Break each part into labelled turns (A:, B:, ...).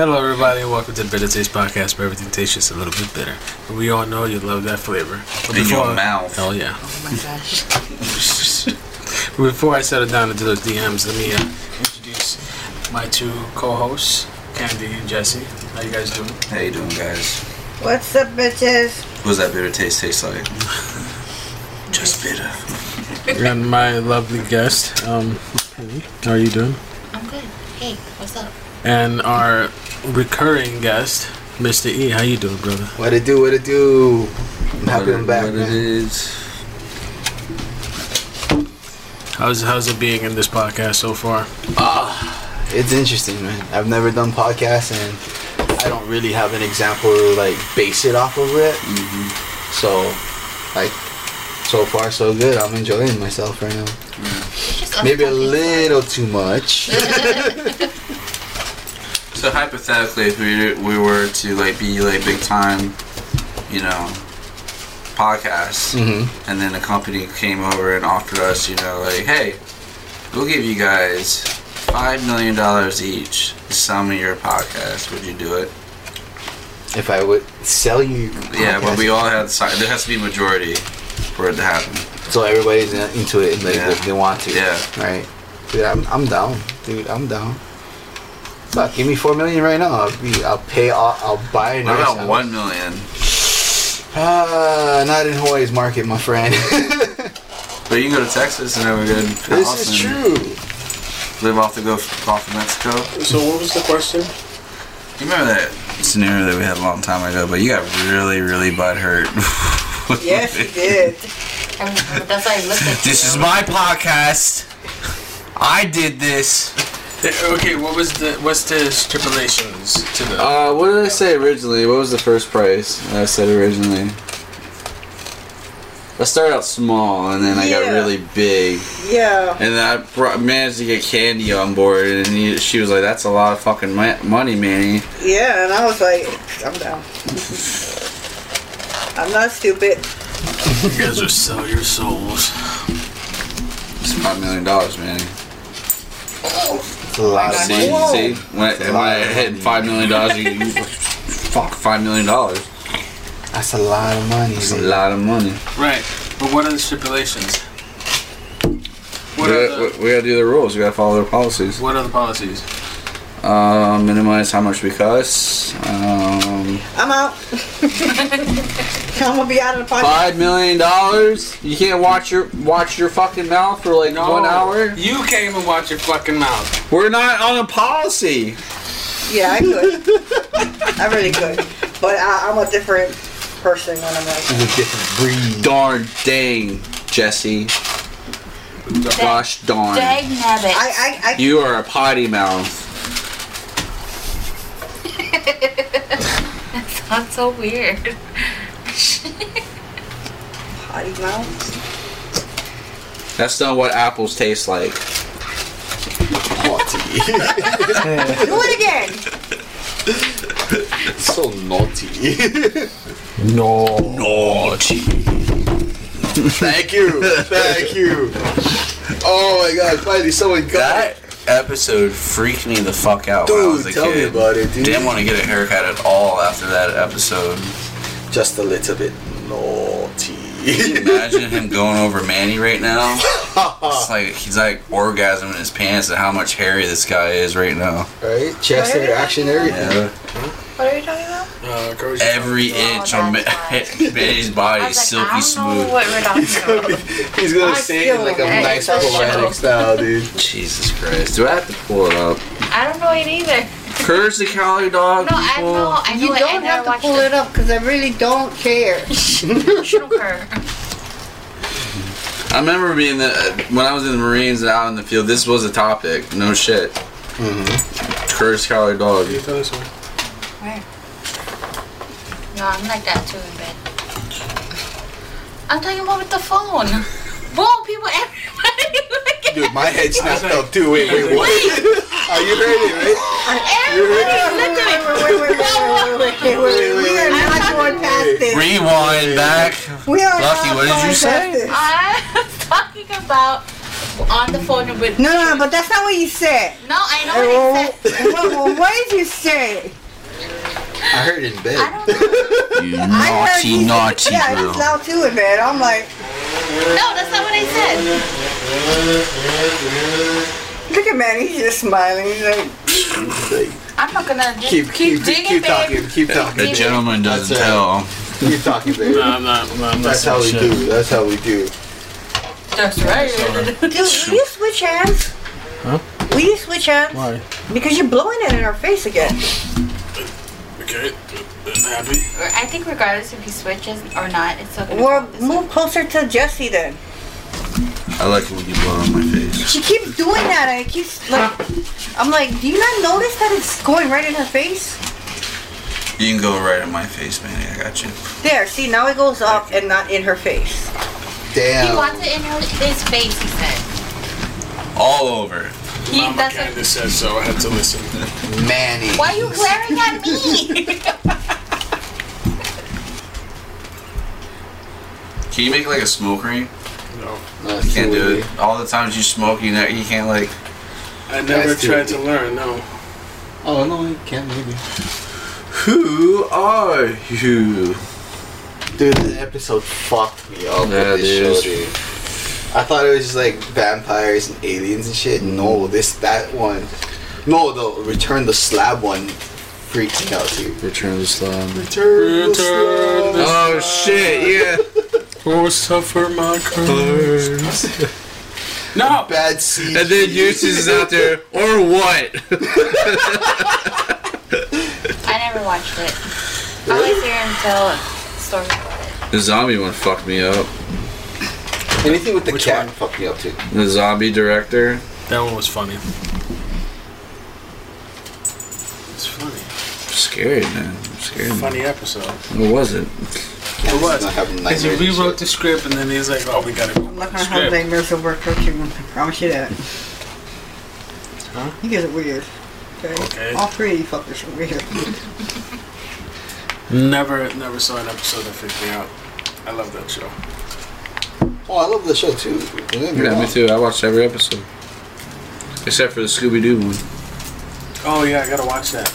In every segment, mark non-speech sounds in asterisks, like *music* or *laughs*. A: Hello, everybody, and welcome to the Bitter Taste Podcast, where everything tastes just a little bit bitter. But we all know you love that flavor. But
B: in your mouth.
A: Hell yeah. *laughs*
C: Oh my gosh.
A: But before I settle down into those DMs, let me uh, introduce my two co-hosts, Candy and Jesse. How you guys *laughs* doing?
B: How you doing, guys?
C: What's up, bitches?
B: What does that bitter taste taste
D: *laughs*
B: like? Just bitter.
A: and my lovely guest, um, how are you doing?
E: I'm good. Hey, what's up?
A: And our recurring guest, Mr. E. How you doing, brother?
D: What it do? What it do? I'm happy
B: What
D: I'm
B: it-
D: back,
B: What it
D: man.
B: is?
A: How's how's it being in this podcast so far?
D: It's interesting, man. I've never done podcasts, and I don't really have an example to like base it off of it.
B: Mm-hmm.
D: So, like, so far so good. I'm enjoying myself right now.
E: It's just us
D: Maybe a
E: talking.
D: little too much.
B: So hypothetically, if we we were to like be like big time, you know, podcasts,
D: hmm
B: and then a company came over and offered us, you know, like, hey, we'll give you guys five million dollars each to sell me your podcast. Would you do it?
D: If I would sell you,
B: Yeah, but
D: podcasts-
B: we all had to sign. There has to be a majority for it to happen.
D: so everybody's in- into it and like
B: Yeah.
D: they- they want to.
B: Yeah.
D: Right. Dude, I'm, I'm down. Dude, I'm down. Fuck, give me four million right now. I'll be. I'll pay. All, I'll buy.
B: What
D: a nice
B: about
D: house.
B: one million?
D: Ah, not in Hawaii's market, my friend. *laughs*
B: But you can go to Texas and have a good
D: this
B: house
D: is
B: and
D: true.
B: Live off the Gulf, Gulf of Mexico.
A: So what was the question?
B: You remember that scenario that we had a long time ago? But you got really, really butt *laughs* hurt.
C: Yes, you did.
E: And *laughs* that's why I looked at
B: *laughs*
E: you.
B: This is my podcast. I did this.
A: Eh, Okay, what was the what's the stipulations to the?
B: Uh, what did I say originally? What was the first price I said originally? I started out small and then I got
C: Yeah.
B: really big.
C: Yeah.
B: And then I brought, managed to get Candy on board and he, she was like, that's a lot of fucking ma- money, Manny.
C: Yeah, and I was like, I'm down. I'm not stupid.
A: You guys are sell your souls.
B: It's $5 million, Manny.
D: It's a lot of
B: See,
D: money.
C: Whoa.
B: see, when, when I hit five million dollars, you, you fuck five million dollars.
D: That's a lot of money.
B: It's a
D: dude.
B: lot of money.
A: Right, but what are the stipulations?
B: We,
A: What are the,
B: we, we gotta do the rules. We gotta follow their policies.
A: what are the policies?
B: Uh, minimize how much we cuss. Um,
C: I'm out. I'm gonna be out of the podcast.
B: five million dollars. You can't watch your watch your fucking mouth for like one hour.
A: You can't even watch your fucking mouth.
B: We're not on a policy.
C: Yeah, I could. I really could. But I, I'm a different person when I'm like,
D: It's a different breed.
B: Darn dang, Jesse. Gosh darn.
E: Dag nabbit.
C: I, I, I,
B: You are a potty mouth.
E: That's so weird.
C: potty mouth.
B: That's not what apples taste like.
C: Do it again.
D: so naughty.
A: No.
D: Thank you. Thank you. Oh my god, finally someone got it.
B: That episode freaked me the fuck out when I was a
D: Dude, tell
B: kid.
D: me about it, dude.
B: Didn't want to get a haircut at all after that episode.
D: Just a little bit naughty. *laughs*
B: Can you imagine him going over Manny right now? It's like he's like orgasming in his pants at how much hairier this guy is right now.
D: right? Chest hair, action, everything.
B: Yeah.
E: What are you talking about? Oh,
A: Uh, encourage-
B: Every inch on Ma-
E: that's
B: *laughs* Manny's body
E: I
B: is
E: was like, I
B: silky
E: don't know
B: smooth.
E: what we're
B: *laughs*
E: talking about.
D: He's gonna
C: I
D: say it
C: feel
D: like a
C: like
D: nice
E: a
D: poetic
E: show.
D: style, dude.
B: Jesus Christ. Do I have to pull it up?
E: I don't know it either.
B: Curse the Cali Dog.
E: No, I
B: people.
E: know. I know
C: You
E: it. I
C: don't
E: never
C: have to
E: watched
C: pull it up because I really don't care.
E: Shoot her.
B: I remember being the when I was in the Marines and out in the field. This was a topic. No shit.
F: Mm-hmm.
B: Curse collar dog.
A: You tell us one.
E: Where? *laughs* No, I'm like that too in bed. I'm talking about with the phone. Whoa, people, everybody. *laughs*
D: Dude, my head snapped
A: like-
D: up too. Wait,
B: *laughs*
D: wait, what?
E: Wait,
D: Are you ready, right?
E: everybody, look at me.
C: wait, wait, wait, wait, wait, wait, wait, wait, wait. We are not going past this.
B: Rewind back.
C: We are
B: Lucky,
C: not
B: what did you
C: going
B: say?
C: past this.
E: I'm talking about on the phone with.
C: No, no, no, but that's not what you said.
E: No, I know what
C: Oh,
E: I said.
C: what, what, what did you say?
D: I heard in bed.
E: I don't know.
F: You
C: I heard
F: naughty,
C: you-
F: naughty
C: Yeah,
F: girl.
C: that's loud too, man. I'm like,
E: No, that's not what I said.
C: look at Manny, he's just smiling. He's like,
D: Like,
E: I'm not gonna just
D: keep,
E: keep,
D: keep,
E: digging,
D: keep
E: babe.
D: talking. Keep
F: The
D: talking.
F: gentleman doesn't
D: That's
F: tell.
D: keep talking,
A: No,
D: baby.
A: I'm not. I'm not, I'm not
D: That's how we
A: saying shit.
D: do. That's how we do.
E: That's right.
C: dude, will you switch hands?
A: Huh?
C: Will you switch hands?
A: Why?
C: Because you're blowing it in her face again.
A: Okay. Happy.
E: I think regardless if he switches or not, it's okay.
C: Well, move closer to Jesse then.
F: I like it when you blow on my face.
C: She keeps doing that, and it keeps like, I'm like, do you not notice that it's going right in her face?
F: You can go right in my face, man. I got you.
C: There, see, now it goes up and not in her face.
E: He
D: Damn.
E: wants it in her, his face. He said.
F: All over.
E: He,
A: Mama
E: that's what-
A: Candace says so. I had to listen.
D: Manny.
E: why are you glaring at me?
F: Can you make like a smoke ring?
A: No,
D: No,
F: You can't do it. All the times you smoke, you know, you can't like.
A: I never
D: That's too
A: tried to
D: weak.
A: learn. No.
D: Oh no, you can't maybe.
F: Who are you?
D: Dude, the episode fucked me up
F: Yeah,
D: with
F: dude,
D: this
F: it's-
D: show, dude. I thought it was just like vampires and aliens and shit. No, this that one. No, the Return the Slab one freaks me out too.
B: Return of the Slab.
D: Return,
A: the Slab.
F: Oh shit! Yeah.
A: Oh, suffer my No.
D: Bad CG.
B: And then yours is out there, or what?
E: I never watched it. I always hear him tell stories about it.
B: The zombie one fucked me up.
D: Anything with the
A: Which
D: cat
A: one?
D: fucked me up too.
B: The zombie director.
A: That one was funny. It's funny.
B: I'm scared, man. I'm scared.
A: Funny episode.
B: What was it?
A: It was.
D: Not having
A: Because he
D: nightmares and
A: rewrote
D: shit.
A: the script and then he's like, oh, we gotta go.
C: I'm
A: with
C: not
A: the
C: gonna have
A: script.
C: nightmares over cooking. I promise you that.
A: Huh?
C: You guys are weird. Okay.
A: Okay.
C: All three of you fuckers are weird.
A: Never, never saw an episode that freaked me out. I love that show.
D: Oh, I love the show too. Don't get me
B: Yeah, me
D: wrong.
B: too. I watched every episode. Except for the Scooby Doo one.
A: Oh yeah, I gotta watch that.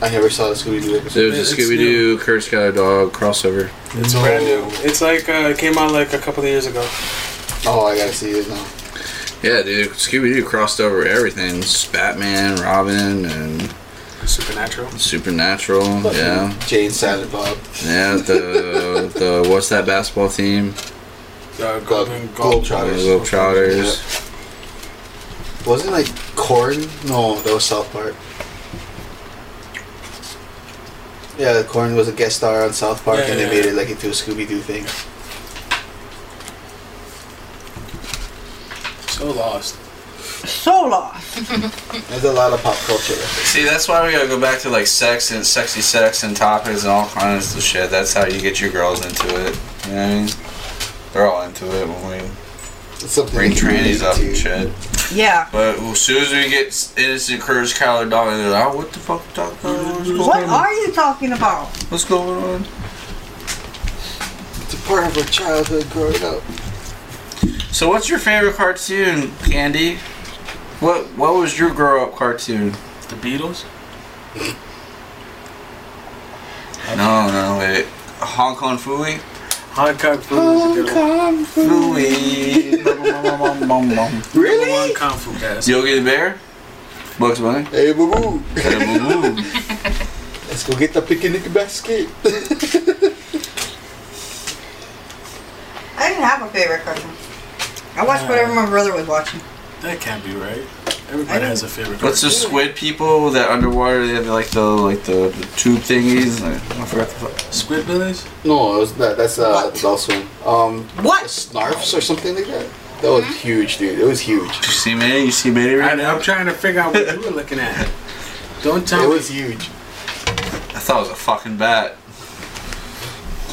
D: I never saw the Scooby Doo episode.
B: There
A: It's
B: was a Scooby Doo, Curse Got a Dog crossover.
A: It's brand new. It's like uh, it came out like a couple of years ago.
D: Oh, I gotta see it now.
B: Yeah, dude. Scooby Doo crossed over everything It's Batman, Robin, and
A: Supernatural.
B: Supernatural. Yeah.
D: Jane Silent Bob.
B: Yeah, the, the what's that basketball team?
A: Uh, Golden Gold.
B: The
D: Globetrotters.
B: Globetrotters.
D: Wasn't like corn? No, that was South Park. Yeah, corn was a guest star on South Park,
A: Yeah,
D: and
A: yeah,
D: they made
A: yeah.
D: it like into a Scooby Doo thing.
A: So lost.
C: So lost.
D: There's a lot of pop culture.
F: See, that's why we gotta go back to like sex and sexy sex and topics and all kinds of shit. That's how you get your girls into it. You know what I mean? They're all into it when we
D: It's something
F: bring
D: you can relate
F: trannies up
D: to.
F: and shit.
C: Yeah.
F: But as soon as we get s- innocent Curtis Collar dog, they're like, oh, what the fuck you talking about? What's going
C: What
F: on?
C: are you talking about?
F: What's going on?
D: It's a part of our childhood growing up.
F: So, what's your favorite cartoon, Candy? What What was your grow up cartoon?
A: The Beatles.
F: No, no, wait. Hong Kong Fooey?
A: Hong Kong Fu. was a good one.
F: Fooey. Yogi
A: Number one Kung Fu cast.
F: the Bear? Bugs Bunny?
D: Hey, boo boo,
F: Boo *laughs* Boo.
D: *laughs* let's go get the picnic basket. *laughs*
C: I didn't have a favorite cartoon. I watched whatever my brother was watching.
A: That can't be right. Everybody has a favorite.
F: What's the squid people that underwater? They have like the like the, the tube thingies. Like, I forgot the fuck.
A: Squid Village?
D: No, it was that, that's uh,
C: What?
D: the last one. Um,
C: What?
D: Snarfs or something like that. That was huge, dude. It was huge.
F: You see Manny? You see Manny
A: I,
F: right now?
A: I'm trying to figure out what you were looking at. Don't
D: It
A: tell me.
D: was huge.
F: I thought it was a fucking bat.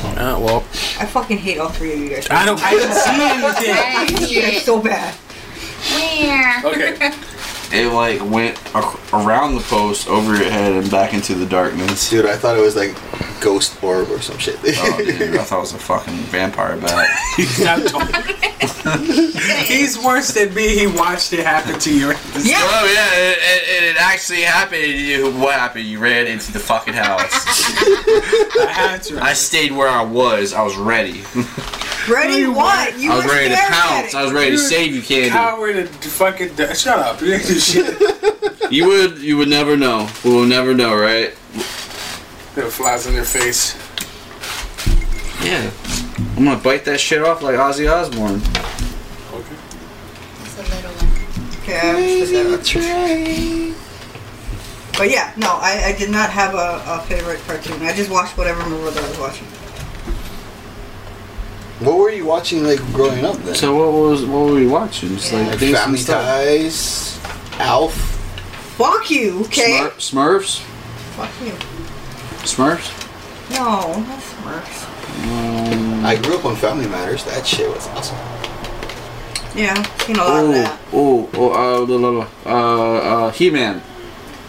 A: Uh, well,
C: I fucking hate all three of you guys.
A: I don't. I didn't see anything.
C: I hate you guys so bad.
E: Where?
A: *laughs* Okay.
B: it like went ac- around the post, over your head, and back into the
F: *laughs*
B: darkness.
D: Dude, I thought it was like ghost orb or some shit. *laughs*
F: Oh, dude, I thought it was a fucking vampire bat.
A: He's worse than me. He watched it happen to you.
E: Yeah.
F: Oh yeah, it, it, it actually happened. You, what happened? You ran into the fucking house. *laughs*
A: I had to.
F: I stayed where I was. I was ready.
C: Ready? What? You
F: I was
C: were
F: ready to
C: staring at
F: pounce.
C: it.
F: I was ready to save you, Candy.
A: Coward and uh, fucking. d- Shut up. *laughs* You ain't do shit.
B: You would, you would never know. We will never know, right?
A: There flies in your face.
B: Yeah. I'm gonna bite that shit off like Ozzy Osbourne.
A: Okay.
E: It's a little one.
C: Yeah, I was just but yeah, no, I, I did not have a, a favorite cartoon. I just watched whatever movie that I was watching.
D: what were you watching like growing up then?
B: So what was what were we watching? Just
C: Yeah.
B: like,
D: like
B: things and
D: Family
B: stuff.
D: Ties, Alf.
C: Fuck you, okay?
B: Smur- Smurfs.
C: Fuck you.
B: Smurfs.
C: No, not Smurfs.
B: Um,
D: I grew up on Family Matters. That shit was awesome.
C: Yeah, seen a lot of
B: oh,
C: that.
B: oh, oh, uh, blah, blah, blah. uh, uh, He-Man.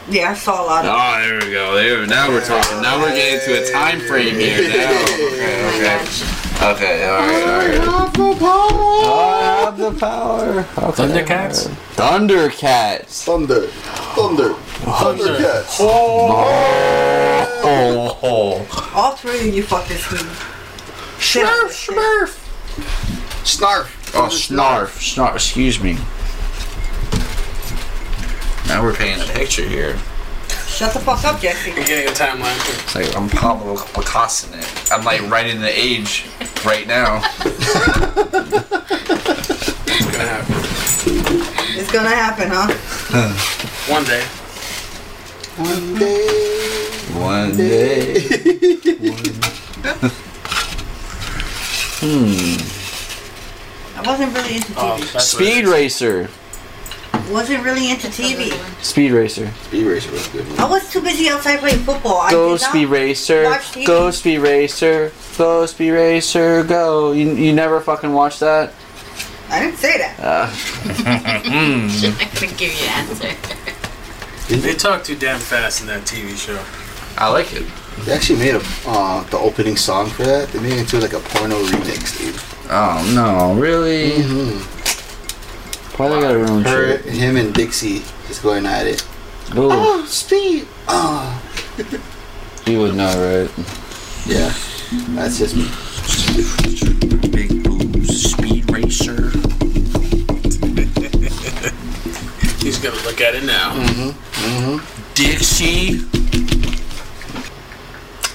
C: Yeah, I saw a lot of
B: Oh, there we go. There, now we're talking. Now we're getting to a time frame here. Now.
D: *laughs*
E: Oh my
B: Okay. Okay.
E: gosh.
B: All right. All right.
D: have the power. I have the power.
A: Thundercats.
B: Thundercats.
D: Thunder, thunder, Thundercats.
B: Oh, oh.
C: All three of you fucking Smurfs.
D: Snarf.
B: Oh, snarf. Snarf. Excuse me.
F: Now we're painting a picture here.
C: Shut the fuck up, Jesse.
A: You getting a timeline?
F: It's like I'm Pablo Picasso. in it.
B: *laughs*
F: I'm like right in the age right now.
A: It's gonna happen
C: It's gonna happen, huh?
A: one day.
D: One day.
B: *laughs*
F: One day.
C: I wasn't really into TV.
A: that's
B: Speed Racer.
C: wasn't really into TV.
B: Speed Racer.
D: Speed Racer was good.
C: I was too busy outside playing football.
B: Go
C: I did not
B: Speed Racer.
C: watch TV.
B: Go Speed Racer. Go Speed Racer. Go. You, you never fucking watched that?
C: I didn't say that.
E: I'm not gonna give you an answer.
A: They talk too damn fast in that TV show.
F: I like it.
D: They actually made a uh, the opening song for that. They made it into like a porno remix, dude.
F: Oh no, really?
B: Why they got their own
D: Her,
B: shit?
D: him, and Dixie just going at it.
B: Ooh,
D: Oh, speed. Oh,
B: you would know, right?
D: yeah. That's just me.
F: Big boobs, speed racer.
A: *laughs* He's gonna look at it now.
F: Dixie.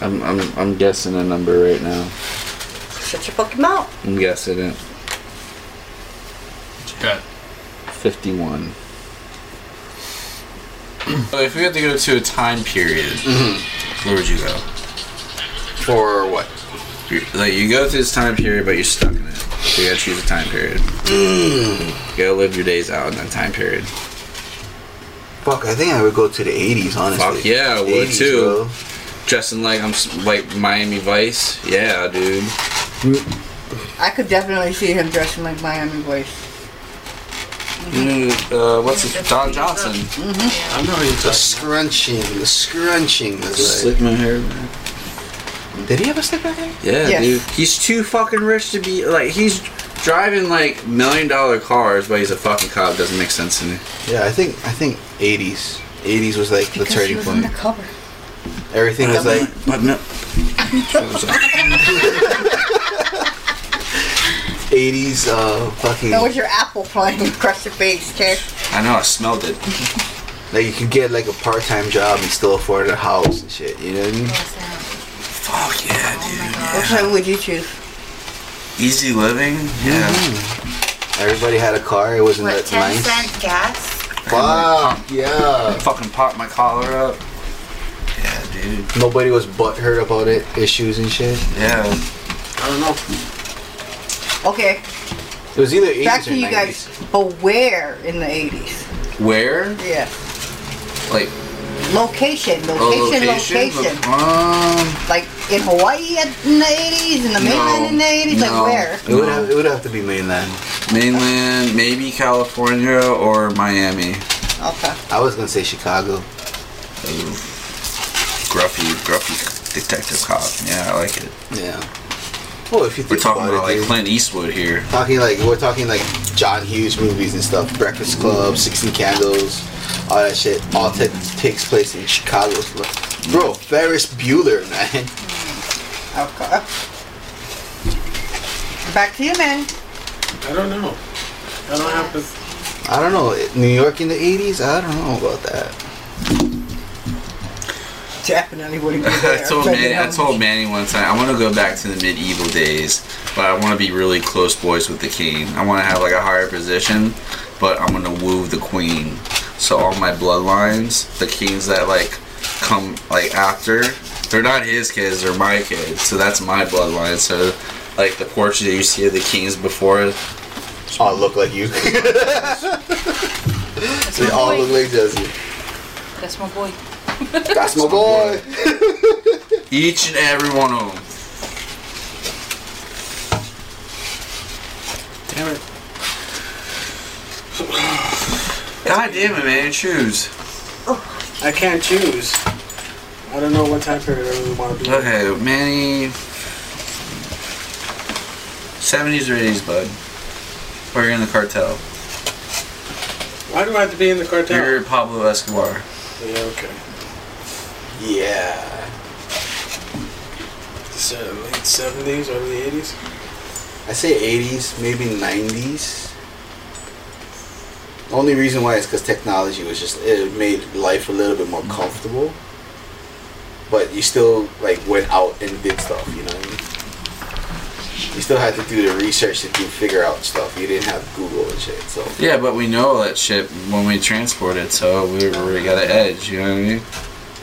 B: I'm, I'm, I'm guessing a number right now.
C: Shut your fucking mouth.
B: I'm guessing it.
A: Good.
B: 51.
F: So if we had to go to a time period, where would you go?
D: For what?
F: You're, like you go to this time period, but you're stuck in it. So you gotta choose a time period. You gotta live your days out in that time period.
D: Fuck, I think I would go to the 80s, honestly.
B: Fuck yeah, I would
D: 80s,
B: too.
D: bro.
B: Dressing like I'm s- like Miami Vice. Yeah, dude.
C: I could definitely see him dressing like Miami Vice.
F: Mm, uh, what's his, Don Johnson?
A: I know who you're
D: The
A: talking.
D: scrunching, the scrunching. Was like,
B: Slick my hair back.
D: did he have a slick back hair?
B: Yeah,
C: Yes.
B: dude. He's too fucking rich to be like he's driving like million dollar cars, but he's a fucking cop. Doesn't make sense to me.
D: Yeah, I think I think 80s. 80s was like the turning point.
C: cover.
D: Everything was like
B: But no,
D: 80s uh, fucking.
C: That was your apple flying *laughs* across your face, okay?
F: I know I smelled it.
D: Like you could get like a part-time job and still afford a house and shit. You know what I mean?
E: What's that?
F: Fuck yeah,
E: Oh
F: dude.
E: my
C: What
E: god.
C: time would you choose?
F: Easy living. Yeah.
D: Everybody had a car. It wasn't
E: What,
D: that
E: 10
D: nice.
E: cent gas?
D: Fuck yeah.
F: Fucking pop my collar up. Yeah, dude.
D: Nobody was butthurt about it, issues and shit.
F: Yeah.
A: I don't know.
C: Okay,
D: It was either 80s
C: back
D: or
C: to you
D: 90s.
C: guys. But where in the 80s?
F: Where?
C: Yeah.
F: Like
C: Location, location,
F: oh,
C: location.
F: location? Um,
C: Like in Hawaii at- in the 80s, in the mainland in the 80s,
F: no.
C: like where?
D: It would have it would have to be mainland.
F: mainland, maybe California or Miami.
C: Okay.
D: I was gonna say Chicago.
B: Gruffy, gruffy detective cop. Yeah, I like it.
D: Yeah. Well, if you
B: We're
D: think
B: talking
D: about,
B: about
D: it,
B: like
D: dude.
B: Clint Eastwood here.
D: talking like we're talking like John Hughes movies and stuff. Breakfast Club, Sixteen Candles, all that shit. All ta- takes place in Chicago. Bro, Ferris Bueller, man.
C: Okay. Back to you, man.
A: I don't know. I don't have to.
D: I don't know. New York in the '80s. I don't know about that.
C: Definitely would have been
B: I
C: there.
B: told
C: But, you
B: Manny, I
C: know,
B: told Manny one time, I want to go back to the medieval days, but I want to be really close boys with the king. I want to have like a higher position, but I'm gonna woo the queen. So all my bloodlines, the kings that like come like after, they're not his kids, they're my kids. So that's my bloodline. So like the portrait you see of the kings before,
D: All Oh, look like you. *laughs* they all look like Jesse.
E: That's my boy.
D: That's my boy.
B: each and every one of them.
A: Damn it.
B: God damn it, man! Choose.
A: I can't choose. I don't know what time period I really want to be. in.
B: Okay, Manny. 70s or 80s, bud. Or you're in the cartel.
A: Why do I have to be in the cartel?
B: You're Pablo Escobar.
A: Yeah, okay.
D: Yeah.
A: So, late 70s, early 80s?
D: I say 80s, maybe 90s. Only reason why is because technology was just it made life a little bit more comfortable. But you still like went out and did stuff, you know. What I mean? You still had to do the research to do figure out stuff. You didn't have Google and shit, so
B: Yeah, but we know all that shit when we transport it, so we already got an edge, you know what I mean?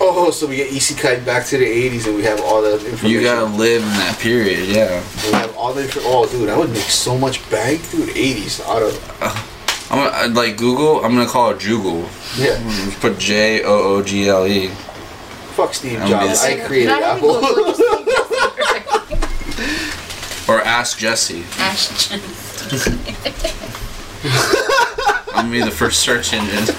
D: oh, so we get EC cut back to the 80s and we have all the information.
B: You gotta live in that period, yeah.
D: we have all the info- oh, dude, I would make so much bank, dude. 80s out of
B: I'm gonna, I'd like Google, I'm gonna call it Jugle.
D: yeah.
B: Put J O O G L E.
D: Fuck Steve
B: I'm
D: Jobs.
B: busy.
D: I created
E: Not even
D: Apple.
E: Google, just-
B: Or Ask Jesse.
E: Ashton.
B: I'm gonna be the first search engine.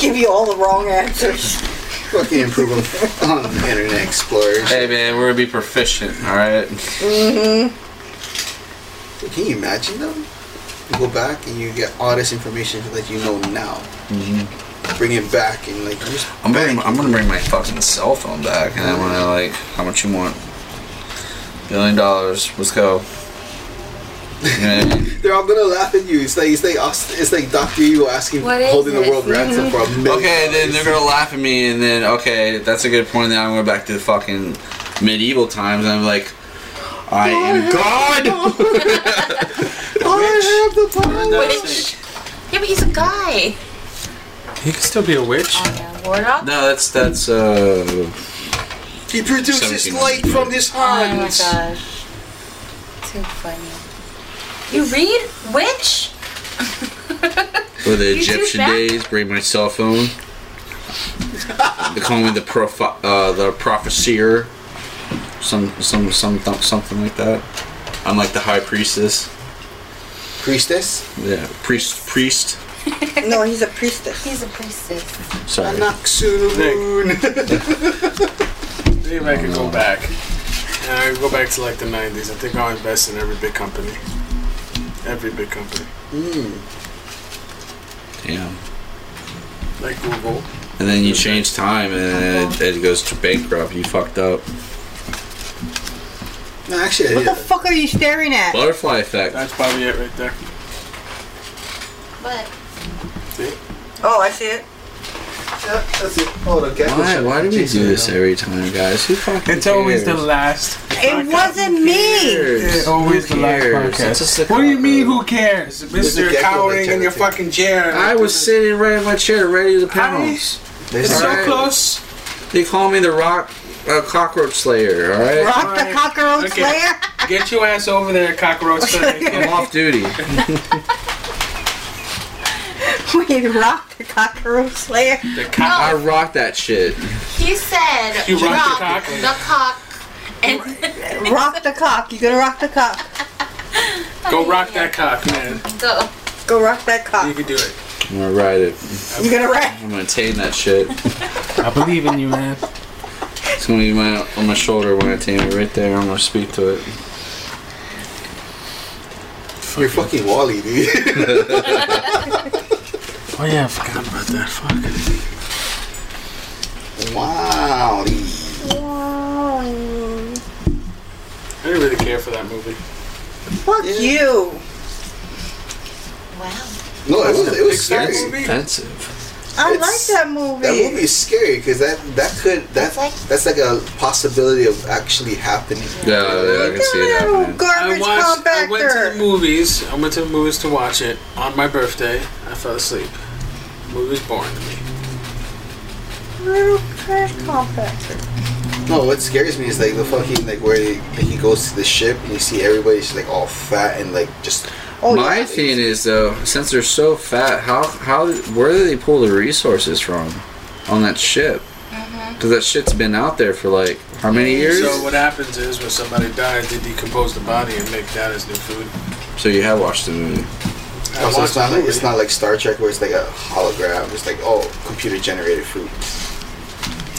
C: Give you all the wrong answers.
D: fucking improve on, on Internet Explorer.
B: Hey man, we're gonna be proficient, alright?
D: Can you imagine though? You go back and you get all this information that you know now. Bring it back and like just
B: I'm bringing, I'm gonna bring my fucking cell phone back, and I'm gonna like, how much you want? Billion dollars. Let's go. You know what I mean?
D: they're all gonna laugh at you. It's like it's like us. It's like Doctor Evil asking
E: What is Mm-hmm.
D: holding the
E: this?
D: world ransom for a million.
B: okay, then they're
D: dollars.
B: gonna laugh at me, and then okay, that's a good point. Then I'm going back to the fucking medieval times, and I'm like, I am God.
D: I have the power.
E: Witch. Yeah, but he's a guy.
A: He can still be a witch.
E: Oh, yeah. Warlock?
B: No, that's that's uh.
D: He produces
B: 1700s,
D: light
B: right?
D: from his
E: Oh my
D: hands.
E: gosh. Too funny. You read? Witch?
B: Or the
E: You choose
B: Egyptian
E: that?
B: days, bring my cell phone. they call me the profi- uh, the prophecer, some some some th- something like that. I'm like the high priestess,
D: Priestess,
B: yeah, priest priest.
C: No, he's a priestess.
E: He's a priestess.
B: Sorry,
D: Anaxu.
A: See if I could go back. And I could go back to like the 90s. I think I'll invest in every big company. Every big company.
B: damn.
A: Like Google.
B: And then you change time, and it, it goes to bankrupt. You fucked up.
D: No, actually, I
C: What
D: did
C: the
D: it.
C: fuck are you staring at?
B: Butterfly effect.
A: That's probably it right there.
E: But
A: See?
C: Oh, I see it.
D: Yeah, that's it. Oh, the gecko
B: Why?
D: shot.
B: Why do we
D: Jason,
B: do this
D: I know.
B: every time, guys? Who fucking
A: It's always the
B: cares?
A: last.
C: It wasn't me.
A: It's always
B: Who
A: the last
B: cares? It's a
A: podcast.
B: Chicago.
A: What do you mean, who cares?
D: There's a
A: Mr.
D: gecko
A: Cowering in your
D: mentality.
A: fucking chair.
B: I was sitting right in my chair, ready to pounce.
A: It's
D: There's
A: so
D: a-
B: Alright.
A: close.
B: They call me the Rock uh, Cockroach Slayer. All right,
C: Rock the
A: Alright.
C: cockroach
A: Okay.
C: slayer. *laughs*
A: Get your ass over there, cockroach.
B: *laughs* I'm off duty.
C: Oh. We rock the cockroach slayer.
A: The
B: I
A: cock.
B: rock that shit.
E: he said,
A: You rock the cock.
E: the cock. And
C: Rock the cock. You gonna rock the cock?
A: Go rock that cock, man.
E: go.
C: Go rock that
A: You
C: cock.
A: can do it.
B: I'm gonna ride it.
C: You gonna rap?
B: I'm gonna tame that shit.
A: I believe in you, man.
B: It's gonna be my on my shoulder when I tame it right there. I'm gonna speak to it.
D: You're fucking Wally, dude. *laughs*
A: Oh yeah, I forgot about that. Fuck.
D: wow.
A: I didn't really care for that movie.
C: Fuck you.
E: Wow.
D: No, it was, it was scary.
B: That's offensive.
C: I
D: It's-
C: like that movie.
D: That movie is scary because that that could that
E: It's like-
D: that's like a possibility of actually happening.
B: Yeah, yeah, I can see it
C: That
B: happening.
A: I
C: garbage
A: watched. I went to the
C: compactor.
A: movies. I went to the movies to watch it on my birthday. I fell asleep. The movie was boring to me.
C: Little trash compactor.
D: No, what scares me is like the fucking like where he, he goes to the ship and you see everybody's like all fat and like just
C: Oh
B: my
C: yeah.
B: thing is though, since they're so fat, how how where do they pull the resources from on that ship?
C: Mm-hmm.
B: Because that shit's been out there for like how many years?
A: So
B: So,
A: what happens is when somebody dies, they decompose the body and make that as new food.
B: you have watched the movie.
A: I
D: also
A: watched
D: it's not
A: the
D: like
A: movie.
D: it's not like Star Trek where it's like a hologram. It's like oh computer generated food.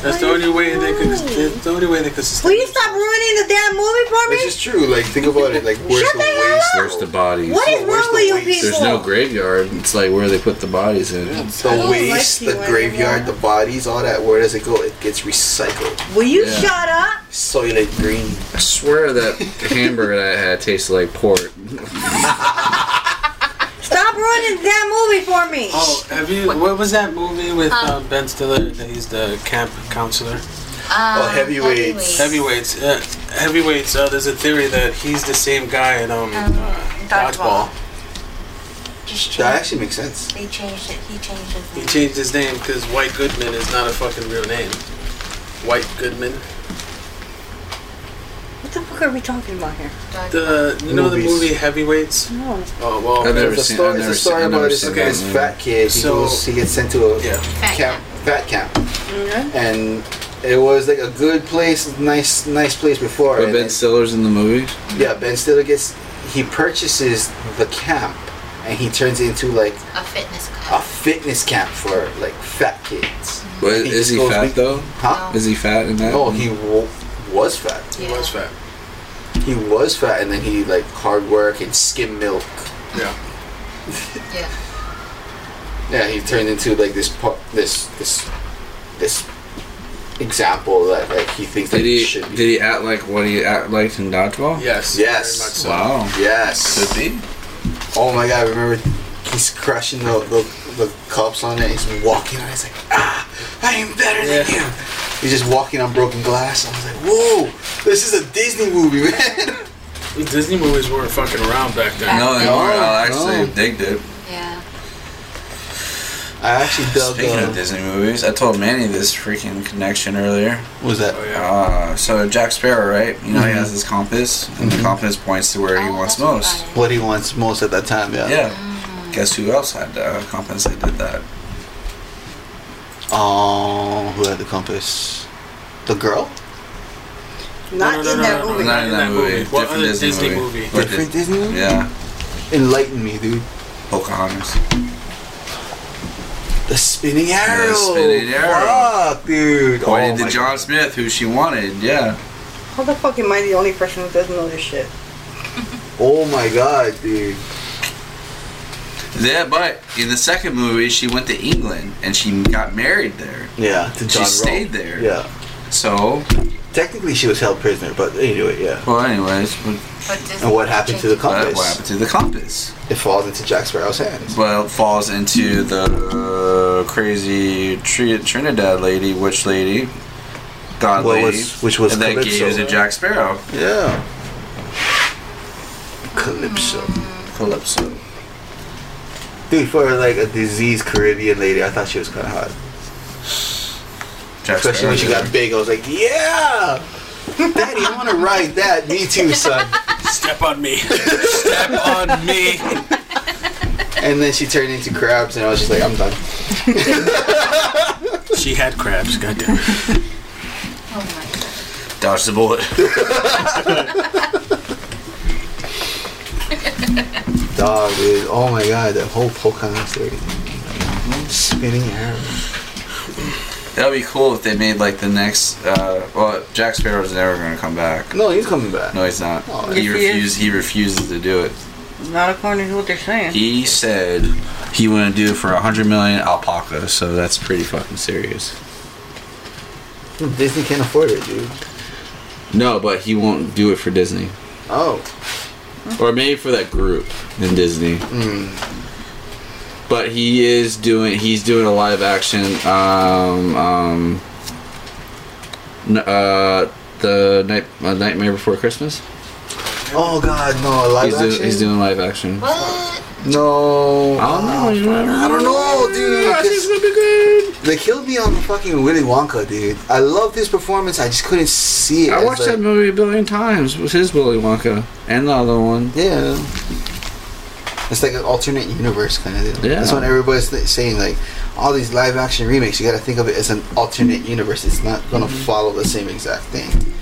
A: That's the only way they could. That's the only way they could sustain.
C: Will you stop ruining the damn movie for
D: Which
C: me?
D: is true. Like think about it. Like where's
C: Shut
D: the
C: the hell
D: waste?
C: up!
B: Where's the bodies?
C: What is
D: Where's
C: wrong
D: the
C: with you
D: waste?
C: people?
B: There's no graveyard. It's like where they put the bodies in.
D: The waste,
C: like you
D: the graveyard,
C: anymore.
D: the bodies, all that. Where does it go? It gets recycled.
C: Will you
B: Yeah.
C: shut up?
D: Soylent green.
B: I swear that hamburger that I had tasted like port.
C: Stop ruining the damn movie for me.
A: Oh, have you? What was that movie with um, Ben Stiller? that He's the camp counselor.
E: Um,
D: heavyweights.
A: Heavyweights. Uh, heavyweights. Uh, there's a theory that he's the same guy in um,
E: Um,
A: uh,
E: Dodgeball.
A: dodgeball.
E: Just changed,
D: That actually makes sense.
E: they changed it. He changed his
A: He
E: name.
A: changed his name because White Goodman is not a fucking real name. White Goodman.
C: What the fuck are we talking about here?
A: The you know
D: Movies.
A: the movie Heavyweights.
C: No.
A: Oh well.
B: I've never
D: It's a
B: seen-
D: story.
B: I've
D: It's a
B: never
D: story
B: seen- I've
D: about
B: never
D: this
B: seen
D: guy,
B: that
D: this
B: movie.
D: fat kid. He
A: So-
D: goes. He gets sent to a
A: Yeah.
E: Fat
D: camp, fat camp,
C: Mhm.
D: and it was like a good place, nice, nice place before.
B: But
D: and
B: Ben Stiller's in the movie.
D: then- yeah, Ben Stiller gets. He purchases the camp, and he turns it into like
E: A fitness
D: a
E: club.
D: fitness camp for like fat kids.
B: But
D: He
B: is
D: just
B: he
D: goes
B: fat
D: weak-
B: though?
D: Huh?
B: Is he fat in that?
D: No, he w- was fat.
A: He was fat.
D: He was fat, and then he like hard work and skim milk.
A: Yeah.
E: Yeah.
D: Yeah, he turned into like this pu- this this this example that like he thinks that
B: Did
D: he,
B: he
D: should be.
B: did he act like what he act like in dodgeball?
A: Yes.
D: Yes.
A: very much so.
B: Wow.
D: yes.
F: be.
D: Oh my god! Remember, he's crushing the the, the cups on it. He's walking on. it. He's like, ah, I am better
A: Yeah.
D: than you. He's just walking on broken glass. I was like, whoa, this is a Disney movie, *laughs* man.
A: These Disney movies weren't fucking around back then.
E: No,
F: No,
E: they
F: they
E: No,
F: weren't. I
B: no.
F: actually digged it.
E: Yeah.
D: I actually dug.
F: Speaking of
D: Uh,
F: Disney movies, I told Manny this freaking connection earlier.
D: what was that?
A: Oh yeah.
F: Uh, so Jack Sparrow, right? You know he has his compass, and the compass points to where he
E: Mm-hmm. Oh,
F: wants
E: that's
F: most.
E: about it.
D: What he wants most at that time, yeah.
F: Yeah. Guess who else had uh, compass that did that?
D: Oh, who had the compass? The girl?
C: Not in that movie.
F: Not in that movie.
A: What
F: Different
A: other
F: Disney
A: Disney,
F: movie.
A: movie?
F: What
D: Different
F: did-
D: Disney movie?
F: Yeah,
D: Enlighten me, dude.
F: Pocahontas.
D: The spinning arrow.
F: spinning arrow.
D: Fuck, dude.
F: Pointed
D: Oh my
F: to John Smith, who she wanted. Yeah.
C: How the fuck am I the only person who doesn't know this shit?
D: Oh my god, dude.
F: Yeah, but in the second movie, she went to England and she got married there.
D: Yeah, to
F: She
D: John. Rowe.
F: stayed there.
D: Yeah.
F: So,
D: Technically, she was held prisoner, but anyway, yeah.
F: well, anyways, but
E: But Disney
D: And what happened to the
E: changed
F: that
D: compass?
F: what happened to the compass?
D: It falls into Jack Sparrow's hands.
F: Well, it falls into the uh, crazy Tri- Trinidad lady, witch lady, god
D: What
F: lady,
D: was- which was
F: and that
D: Calypso,
F: gave it to
D: right?
F: Jack Sparrow.
D: Yeah. Calypso.
F: Calypso.
D: Dude, for like a diseased Caribbean lady, I thought she was kind of hot.
F: Jack
D: Especially when she
F: did
D: got
F: it.
D: big, I was like, yeah! Daddy, I want to ride that. Me too, son.
A: Step on me. Step on me.
D: And then she turned into crabs, and I was just like, I'm done.
A: She had crabs. Goddamn.
E: Oh my god.
F: dodged the bullet.
D: Dog, dude. Oh my god, that whole Pokemon theory. Spinning arrow.
F: That would be cool if they made like the next. Uh, well, Jack Sparrow's never going to come back.
D: No, he's coming back.
F: No, he's not.
D: Oh,
F: he
C: yes, he is.
F: refused. He refuses to do it.
C: Not according to what they're saying.
F: He said he wouldn't do it for a hundred million alpaca. So that's pretty fucking serious.
D: Disney can't afford it, dude.
B: No, but he won't do it for Disney.
D: Oh.
B: Or maybe for that group in Disney.
D: Hmm.
B: But he is doing he's doing a live action um um n- uh the night uh, Nightmare Before Christmas.
D: Oh god, no. Live
B: he's
D: action?
B: doing he's doing live action.
E: What?
D: No.
B: I don't know, you never
D: I don't know, dude.
B: I think it's gonna be good.
D: They killed me on fucking Willy Wonka, dude. I love his performance. I just couldn't see it.
B: I
D: as,
B: watched
D: like-
B: that movie a billion times with his Willy Wonka and the other one.
D: Yeah. It's like an alternate universe kind of thing.
B: Yeah.
D: That's what everybody's th- saying. Like all these live action remakes, you got to think of it as an alternate universe. It's not gonna
B: Mm-hmm.
D: follow the same exact thing.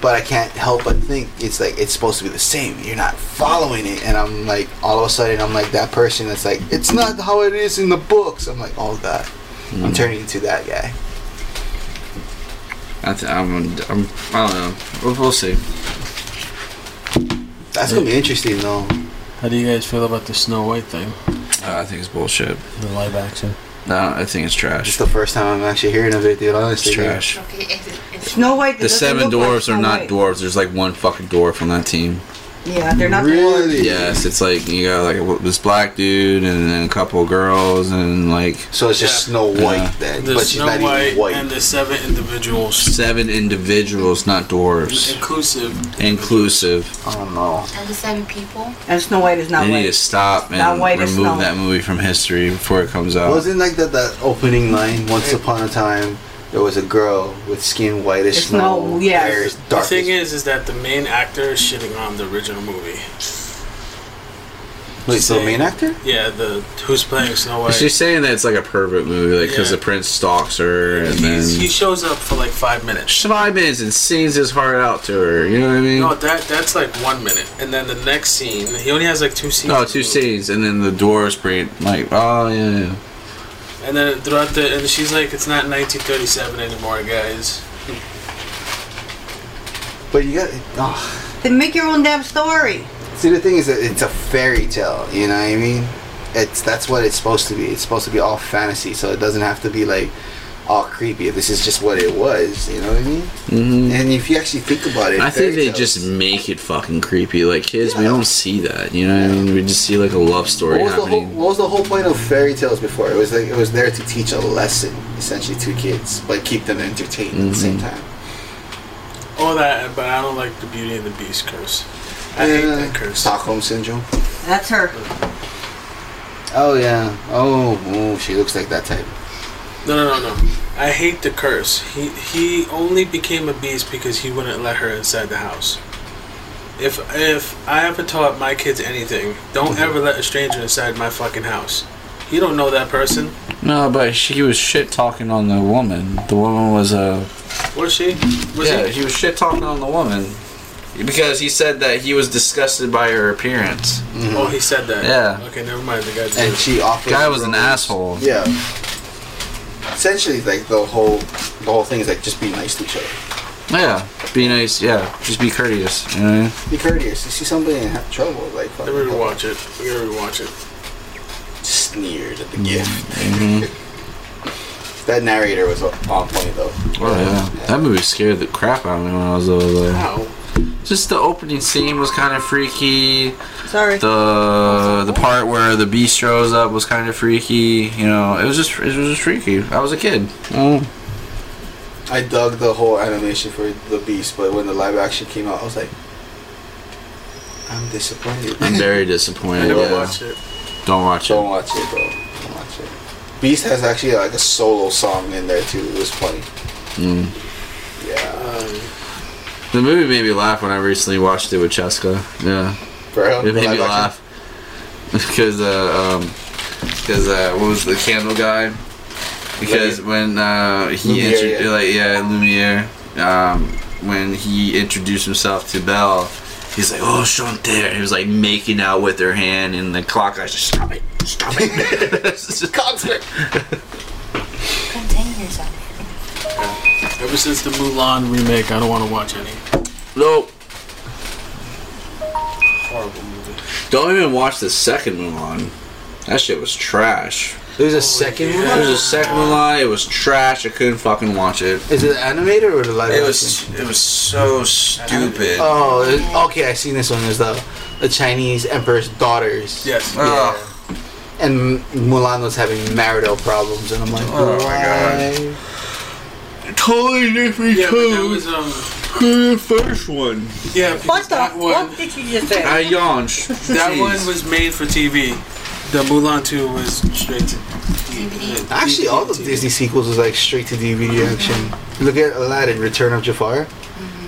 D: But I can't help but think it's like it's supposed to be the same. You're not following it, and I'm like, all of a sudden, I'm like that person that's like, it's not how it is in the books. I'm like, oh god,
B: Mm.
D: I'm turning into that guy.
B: I th- I'm, I'm I don't know. We'll, we'll see.
D: That's gonna be interesting though.
A: How do you guys feel about the Snow White thing?
B: Uh, I think it's bullshit.
A: The live action.
B: No, I think it's
D: It's
B: trash.
D: the first time I'm actually hearing of it, dude. Honestly,
B: It's trash.
E: Okay, it, it's
C: Snow White.
B: The seven dwarfs are not dwarves. There's like one fucking dwarf on that team.
C: Yeah, they're not dwarves.
D: Really?
B: Yes, it's like you got like w- this black dude and then a couple girls and like
D: So it's just
A: Yeah.
D: Snow White
B: Yeah.
D: then,
A: The
D: but she's
A: Snow
D: not
A: White,
D: even white.
A: and the seven individuals,
B: seven individuals, not dwarves.
A: inclusive.
D: Mm-hmm.
B: Inclusive.
D: I don't know.
E: and the seven people.
C: And Snow White is not
B: They need
C: white.
B: to stop
C: Not
B: and
C: white, it's
B: remove
C: not.
B: that movie from history before it comes out.
D: Wasn't like that that opening line? Once upon a time, there was a girl with skin white as
C: It's
D: snow,
C: no- yeah.
D: hair as
A: The
D: dark
A: thing
D: as-
A: is, is that the main actor is shitting on the original movie.
D: Wait, so the main actor?
A: Yeah, the who's playing Snow White.
B: She's saying that it's like a pervert movie, like because
A: Yeah.
B: the prince stalks her and then
A: He's, he shows up for like five minutes.
B: five minutes and sings his heart out to her. You know what I mean?
A: No,
B: No,
A: that that's like one minute, and then the next scene. He only has like two scenes. in the
B: Oh, two
A: movie.
B: scenes and then the dwarves bring like oh yeah. yeah.
A: And then throughout the and she's like, it's not 1937 anymore, guys.
D: But you got. Oh.
C: Then make your own damn story.
D: See, the thing is that it's a fairy tale. You know what I mean? It's that's what it's supposed to be. It's supposed to be all fantasy, so it doesn't have to be like all creepy. This is just what it was. You know what I mean?
B: Mm-hmm.
D: And if you actually think about it,
B: I think
D: fairy
B: they
D: tales-
B: just make it fucking creepy. Like kids, we
D: Yeah.
B: don't see that. You know what I mean? We just see like a love
D: What
B: story
D: was, the whole,
B: happening.
D: what was the whole point of fairy tales before? It was like it was there to teach a lesson, essentially, to kids, but keep them entertained at the same time.
A: All that, but I don't like the Beauty and the Beast curse. I hate
D: Yeah.
A: that curse.
D: Uh, Stockholm syndrome.
C: That's her.
D: Oh yeah. Oh, oh, she looks like that type.
A: No, no, no, no. I hate the curse. He he only became a beast because he wouldn't let her inside the house. If if I ever taught my kids anything, don't
B: Mm-hmm.
A: ever let a stranger inside my fucking house. You don't know that person.
B: No, but she was shit talking on the woman. The woman was uh, a
A: Was she? Was
B: yeah.
A: he?
B: She was shit talking on the woman because he said that he was disgusted by her appearance.
A: Oh, he said that.
B: mm-hmm. Yeah.
A: Okay, never mind. The guy. did.
D: And she offered.
B: Guy was an asshole.
D: Yeah. Essentially, like the whole, the whole thing is like just be nice to each other.
B: Yeah, be nice. Yeah, just be courteous. You know. what I mean?
D: Be courteous. You see somebody and have trouble, like
A: Let
D: fucking
A: me rewatch it. We gotta rewatch it.
D: sneered at the gift. *laughs* that narrator was on point though.
B: Oh yeah, that movie scared the crap out of me when I was little. Though.
A: Ow.
B: Just the opening scene was kind of freaky.
C: Sorry.
B: the the part where the beast shows up was kind of freaky. You know, it was just it was just freaky. I was a kid. Oh,
D: I dug the whole animation for the Beast, but when the live action came out, I was like, I'm disappointed.
B: I'm
A: *laughs*
B: very
A: I
B: disappointed.
A: never
B: yeah.
A: watched it.
B: Don't watch
D: Don't
B: it.
D: watch it, bro. Don't watch it. Beast has actually like a solo song in there too. It was funny.
B: Mm.
D: Yeah,
A: Um,
B: The movie made me laugh when I recently watched it with Cheska. Yeah,
D: bro.
B: it made
D: Live
B: me
D: action.
B: laugh *laughs* because uh, um, because uh, what was the candle guy? Because when uh, he
D: Lumiere,
B: intro-
D: yeah.
B: like yeah Lumiere, um, when he introduced himself to Belle,
F: He's like, oh, Chanter. And he was like making out with her hand, and the clock guy's just, stop it, stop it. It's
B: *laughs*
F: just-
E: Continues on.
A: Ever since the Mulan remake, I don't want to watch any
B: No,
A: horrible movie.
B: don't even watch the second Mulan. That shit was trash.
D: There's a second
B: There was
D: one.
B: a second Mulan. It was trash. I couldn't fucking watch it.
D: Is it animated or the live
F: it
D: action?
F: was it was so stupid.
D: Oh,
F: Oh,
D: it- okay. I seen this one. There's the the Chinese emperor's daughters.
A: Yes.
B: Ah,
D: And Mulan was having marital problems, and I'm like,
F: Oh my
D: why?
F: totally different
A: Yeah, but that was um.
F: the first one.
A: Yeah, because
C: What the
A: that one
C: fuck did you just say?
B: I yawned.
A: that
B: Jeez.
A: one was made for TV. The Mulan two was straight to DVD.
D: Actually, all the Disney sequels was like straight to DVD action. Look at Aladdin, Return of Jafar.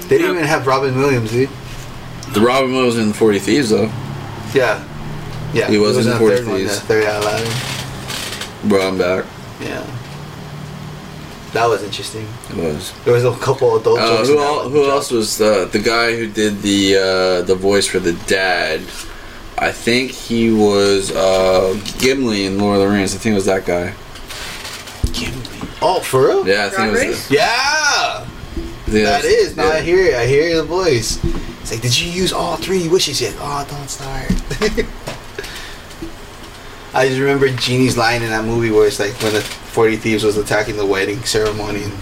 D: They didn't
A: Yeah.
D: even have Robin Williams, dude.
B: The Robin Williams in Forty Thieves though.
D: Yeah. Yeah.
B: He was in
D: the
B: 40
D: third one,
B: Thieves.
D: the Third yeah, Aladdin.
B: Brought him back.
D: Yeah. That was interesting.
B: It was.
D: There was a couple adult
B: Uh,
D: jokes. in
B: who
D: that
B: al-
D: one.
B: who else was the the guy who did the uh, the voice for the dad? I think he was uh, Gimli in Lord of the Rings. I think it was that guy.
D: Oh, for real?
B: Yeah, I think it was.
D: Yeah,
B: I think it
D: that
B: was-
D: is. Now I
B: yeah.
D: hear it. I hear the voice. It's like, did you use all three wishes yet? Oh, don't start. *laughs* I just remember Genie's line in that movie where it's like when the Forty Thieves was attacking the wedding ceremony, and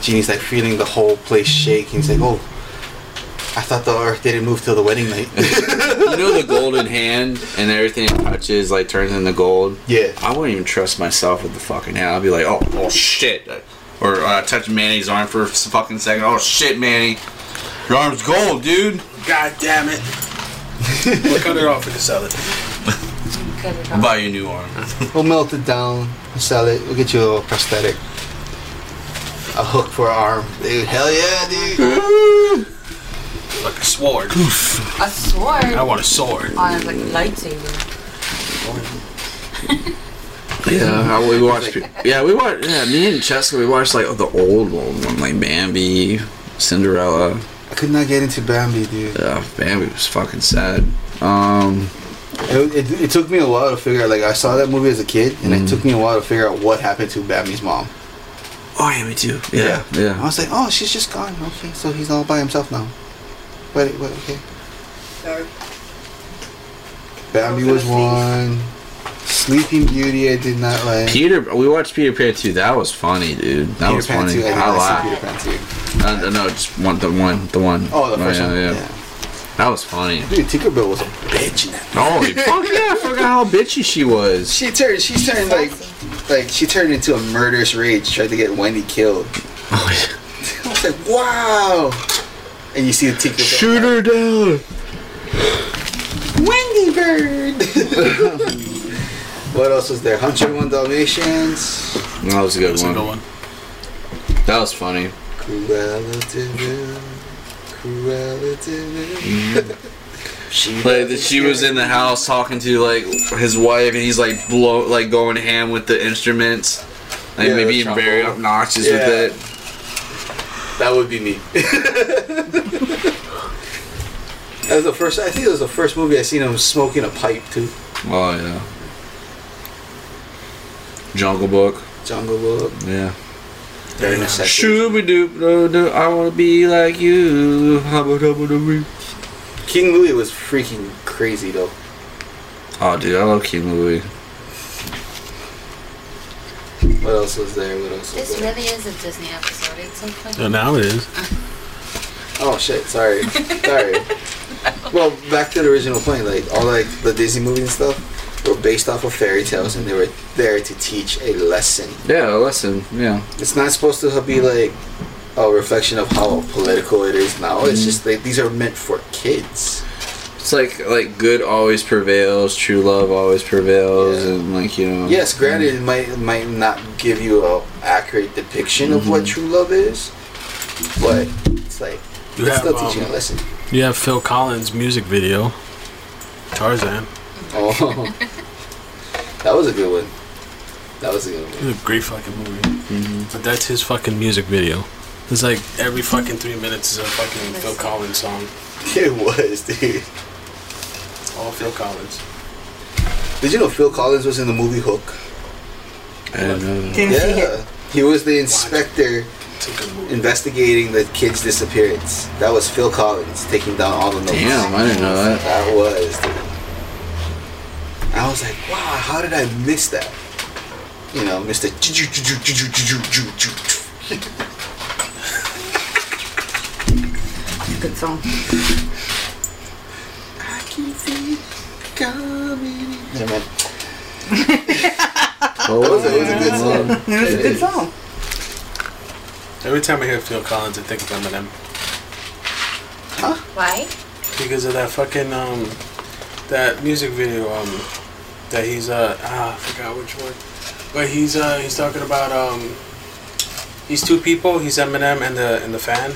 D: Genie's like feeling the whole place shake. And he's like, "Oh, I thought the Earth didn't move till the wedding night."
B: You know the golden hand and everything it touches like turns into gold.
D: yeah,
B: I wouldn't even trust myself with the fucking hand. I'd be like, oh,
F: Oh shit! Or uh, touch Manny's arm for a fucking second. Oh shit, Manny, your arm's gold, dude.
A: God damn
E: *laughs*
A: it! we'll cut it off and sell it.
E: Cut it
F: I'll
E: off.
F: buy you a new arm.
D: we'll melt it down, we'll sell it, we'll get you a little prosthetic, a hook for an arm, dude. Hell yeah, dude.
A: Like a sword.
E: A sword
A: I want a sword.
E: on a Oh, like, lightsaber.
B: Yeah, we watched. Yeah, we watched. Yeah, me and Jessica, we watched like the old old one, like Bambi, Cinderella.
D: I could not get into Bambi, dude.
B: Yeah, Bambi was fucking sad. Um,
D: It, it, it took me a while to figure out. Like I saw that movie as a kid, and
B: Mm.
D: it took me a while to figure out what happened to Bambi's mom.
B: oh yeah, me too. Yeah,
D: I
B: yeah.
D: was like, oh, she's just gone. Okay, so he's all by himself now. Wait, wait, okay.
C: Sorry.
D: Bambi was one. Sleeping Beauty, I did not like.
B: Peter, we watched Peter Pan too. That was funny, dude. That
D: Peter
B: was
D: Pan
B: funny.
D: too, I did
B: I
D: not see
B: laughed.
D: Peter Pan too.
B: Uh, no, just one, the one, the one.
D: Oh, the first
B: yeah,
D: one.
B: Yeah.
D: Yeah.
B: that was funny.
D: Dude, Tinkerbell was a bitch in that.
B: Oh
D: *laughs*
B: fuck yeah! I forgot how bitchy she was.
D: She turned. She turned like, like she turned into a murderous rage. Tried to get Wendy killed.
B: *laughs* Oh, yeah.
D: I was like, wow. And you see the Tinkerbell.
B: Shoot her down.
D: Wendy Bird. *laughs* what else was there? 101 Dalmatians.
B: That was a good
A: That's a
B: one.
A: good one.
B: That was funny.
D: Cruella de Vil. Cruella de Vil. she
B: Like that she was in the house talking to like his wife, and he's like blow, like going ham with the instruments, like
D: Yeah,
B: maybe
D: the
B: even very
D: trumpet.
B: obnoxious
D: Yeah.
B: with
D: That would be me. that was the first. I think it was the first movie I seen him smoking a pipe too.
B: it. Oh yeah. Jungle Book.
D: Jungle Book.
B: Yeah.
D: Very necessary.
B: Shooby doop doo doo. I wanna be like you. Hubba dubba doo.
D: King Louis was freaking crazy though.
B: Oh dude, I love King Louis.
D: What else was there? What else was
E: This
D: there?
E: really is a Disney episode. It's so funny.
A: So now it is.
D: Oh shit! Sorry, sorry. Well, back to the original point. Like all like the Disney movies and stuff were based off of fairy tales, and they were there to teach a lesson.
B: Yeah, listen. Yeah.
D: It's not supposed to be like a reflection of how political it is now. It's just like these are meant for kids.
B: It's like like good always prevails, true love always prevails,
D: Yeah.
B: and like you know.
D: Yes,
A: Mm-hmm.
D: granted, it might might not give you a accurate depiction of
A: Mm-hmm.
D: what true love is, but it's like
A: You
D: it's
A: have,
D: still teaching
A: um,
D: a lesson.
A: You have Phil Collins' music video, Tarzan. *laughs*
D: Oh, that was a good one. That was a good one.
A: Mm-hmm. It's a great fucking movie. But that's his fucking music video. It's like every fucking three minutes is a fucking Phil Collins song.
D: It was, dude.
A: All Phil Collins.
D: Did you know Phil Collins was in the movie Hook?
B: I don't know.
C: Didn't see it.
D: Yeah. He was the inspector
A: It's a good movie.
D: investigating the kid's disappearance. That was Phil Collins taking down all the notes.
B: Damn, I didn't know
D: *laughs*
B: that.
D: That was, dude. I was like, wow, how did I miss that? You know, Mr.
C: Good song.
D: I can feel you coming. Never mind.
B: Oh,
D: It was a- it was a good song.
C: It was a good song.
A: Every time I hear Phil Collins, I think of Eminem
E: Why?
A: because of that fucking um, that music video um, that he's uh ah I forgot which one, but he's uh he's talking about um, he's two people. He's Eminem and the and the fan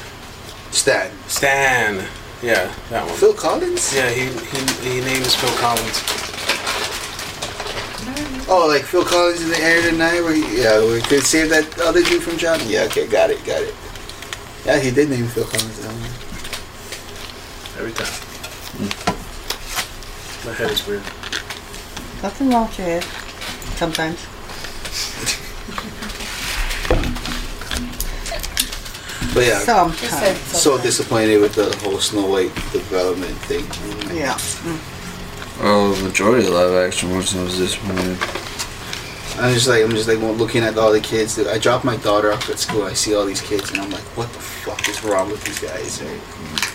D: Stan.
A: Stan. Yeah, that one.
D: Phil Collins?
A: Yeah, he he he names Phil Collins.
D: Oh, like Phil Collins in the air tonight? Where he, yeah, we could save that other dude from Johnny. Yeah, okay, got it, got it. Yeah, he did name Phil Collins. that one.
A: Every time. Hmm. My head is weird.
C: Nothing wrong with your head. Sometimes.
D: But yeah, so,
E: She said
C: Sometimes.
D: disappointed with the whole Snow White development thing.
C: Yeah.
B: Oh, the majority of live action ones was this one.
D: I'm just like I'm just like looking at all the kids. I drop my daughter off at school. I see all these kids, and I'm like, what the fuck is wrong with these guys? Right?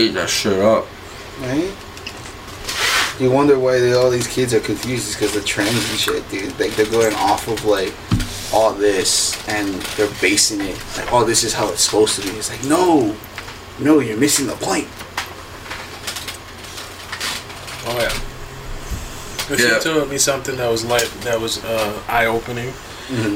B: Eat that shit up.
D: right? You wonder why they, all these kids are confused is because the trends and shit, dude. Like they're going off of like all this and they're basing it like, oh, this is how it's supposed to be. It's like, no, no, you're missing the point.
A: Oh yeah. But She
B: Yeah.
A: told me something that was light, that was uh, eye opening.